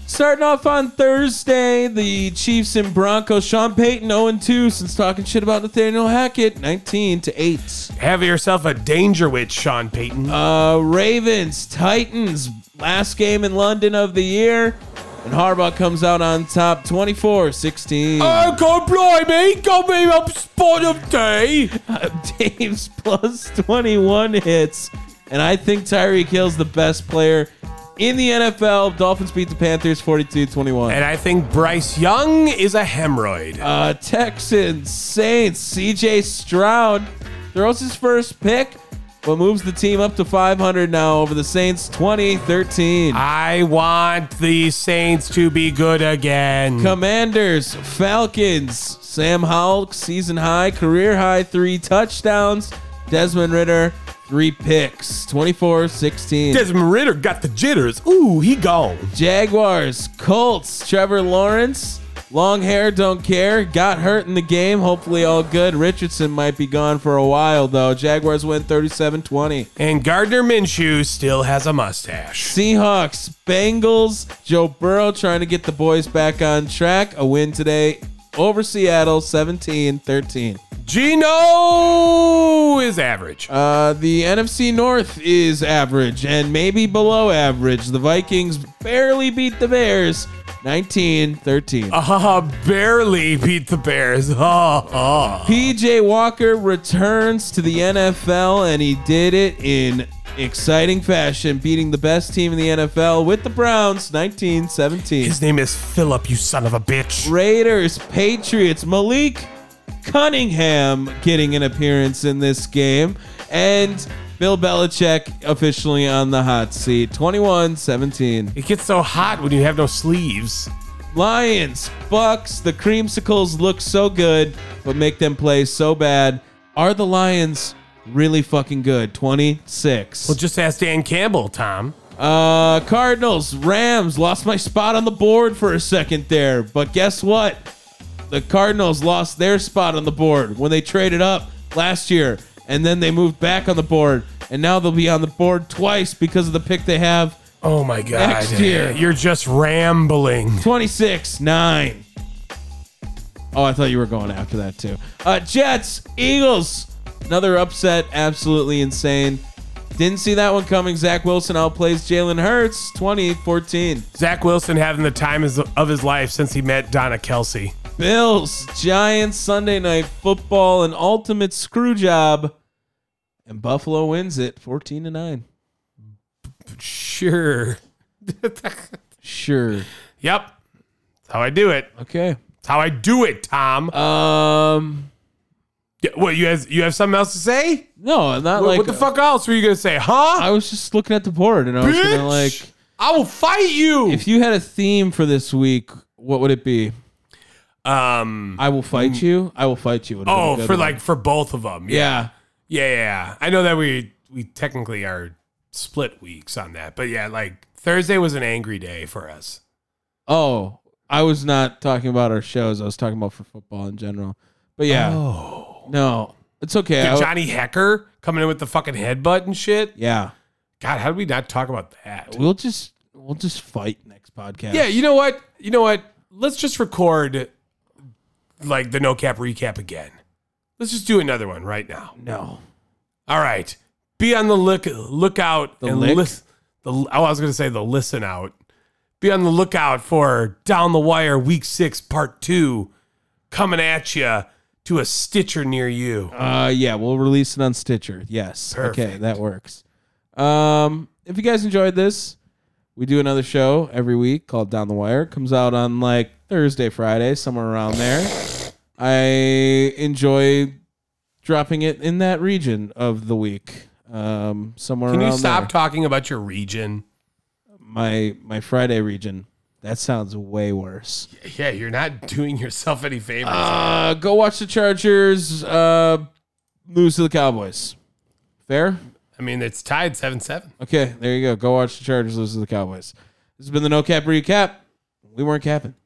[SPEAKER 2] starting off on Thursday, the Chiefs and Broncos. Sean Payton 0 2 since talking shit about Nathaniel Hackett, 19 to 8.
[SPEAKER 3] Have yourself a danger witch, Sean Payton.
[SPEAKER 2] Uh, Ravens, Titans, last game in London of the year. And Harbaugh comes out on top 24 16.
[SPEAKER 3] go blimey, go be a spot of day.
[SPEAKER 2] Uh, Dave's plus 21 hits. And I think Tyreek Hill's the best player in the NFL. Dolphins beat the Panthers 42 21.
[SPEAKER 3] And I think Bryce Young is a hemorrhoid.
[SPEAKER 2] Uh, Texans, Saints, CJ Stroud throws his first pick, but moves the team up to 500 now over the Saints 20 13.
[SPEAKER 3] I want the Saints to be good again.
[SPEAKER 2] Commanders, Falcons, Sam Howell, season high, career high, three touchdowns. Desmond Ritter, three picks, 24 16.
[SPEAKER 3] Desmond Ritter got the jitters. Ooh, he gone.
[SPEAKER 2] Jaguars, Colts, Trevor Lawrence. Long hair, don't care. Got hurt in the game. Hopefully, all good. Richardson might be gone for a while, though. Jaguars win 37 20.
[SPEAKER 3] And Gardner Minshew still has a mustache.
[SPEAKER 2] Seahawks, Bengals, Joe Burrow trying to get the boys back on track. A win today over Seattle 17 13.
[SPEAKER 3] Gino is average.
[SPEAKER 2] Uh, the NFC North is average and maybe below average. The Vikings barely beat the Bears 19 13.
[SPEAKER 3] Uh, barely beat the Bears. Uh,
[SPEAKER 2] PJ Walker returns to the NFL, and he did it in exciting fashion, beating the best team in the NFL with the Browns 19 17.
[SPEAKER 3] His name is Philip, you son of a bitch.
[SPEAKER 2] Raiders, Patriots, Malik Cunningham getting an appearance in this game, and Bill Belichick officially on the hot seat 21 17.
[SPEAKER 3] It gets so hot when you have no sleeves.
[SPEAKER 2] Lions, Bucks, the creamsicles look so good, but make them play so bad. Are the Lions really fucking good? 26.
[SPEAKER 3] Well, just ask Dan Campbell, Tom.
[SPEAKER 2] Uh, Cardinals, Rams, lost my spot on the board for a second there, but guess what? The Cardinals lost their spot on the board when they traded up last year, and then they moved back on the board, and now they'll be on the board twice because of the pick they have.
[SPEAKER 3] Oh my God.
[SPEAKER 2] Next year.
[SPEAKER 3] You're just rambling.
[SPEAKER 2] 26 9. Oh, I thought you were going after that too. Uh, Jets, Eagles, Another upset, absolutely insane. Didn't see that one coming. Zach Wilson outplays Jalen Hurts 20 14.
[SPEAKER 3] Zach Wilson having the time is- of his life since he met Donna Kelsey.
[SPEAKER 2] Bills, Giants, Sunday night football, an ultimate screw job. And Buffalo wins it 14 to 9.
[SPEAKER 3] Sure.
[SPEAKER 2] Sure.
[SPEAKER 3] Yep. That's how I do it.
[SPEAKER 2] Okay.
[SPEAKER 3] That's how I do it, Tom.
[SPEAKER 2] Uh, Um
[SPEAKER 3] Yeah, what you have? You have something else to say?
[SPEAKER 2] no, not
[SPEAKER 3] What-
[SPEAKER 2] like uh,
[SPEAKER 3] what the fuck else were you gonna say, huh?
[SPEAKER 2] I was just looking at the board and I was gonna like
[SPEAKER 3] Bitch! I will fight you.
[SPEAKER 2] if you had a theme for this week, what would it be?
[SPEAKER 3] um.
[SPEAKER 2] I will fight you. I will fight you. would've been a
[SPEAKER 3] Oh,
[SPEAKER 2] good
[SPEAKER 3] for
[SPEAKER 2] one.
[SPEAKER 3] like for both of them.
[SPEAKER 2] yeah.
[SPEAKER 3] Yeah, yeah, yeah. I know that we we technically are split weeks on that, but yeah, like Thursday was an angry day for us.
[SPEAKER 2] Oh, I was not talking about our shows. I was talking about for football in general. But yeah,
[SPEAKER 3] Oh,
[SPEAKER 2] no, it's okay. I-
[SPEAKER 3] Johnny Hecker coming in with the fucking headbutt and shit.
[SPEAKER 2] yeah,
[SPEAKER 3] God, how did we not talk about that?
[SPEAKER 2] we'll just we'll just fight next podcast.
[SPEAKER 3] Yeah, you know what? You know what? Let's just record like the no cap recap again. Let's just do another one right now.
[SPEAKER 2] no,
[SPEAKER 3] All right. Be on the look lookout
[SPEAKER 2] The
[SPEAKER 3] and
[SPEAKER 2] lick?
[SPEAKER 3] listen. The oh, I was going to say the listen out. Be on the lookout for Down the Wire Week Six Part Two coming at you to a Stitcher near you.
[SPEAKER 2] uh, yeah, we'll release it on Stitcher. Yes, okay,
[SPEAKER 3] Perfect.
[SPEAKER 2] that works. Um, if you guys enjoyed this, we do another show every week called Down the Wire. It comes out on like Thursday, Friday, somewhere around there. I enjoy dropping it in that region of the week. Um, somewhere.
[SPEAKER 3] Can you
[SPEAKER 2] around
[SPEAKER 3] stop
[SPEAKER 2] there.
[SPEAKER 3] talking about your region?
[SPEAKER 2] my my Friday region. That sounds way worse.
[SPEAKER 3] Yeah, you're not doing yourself any favors.
[SPEAKER 2] Uh, go watch the Chargers uh, lose to the Cowboys. Fair?
[SPEAKER 3] I mean, it's tied seven seven.
[SPEAKER 2] Okay, there you go. Go watch the Chargers lose to the Cowboys. This has been the No Cap Recap. We weren't capping.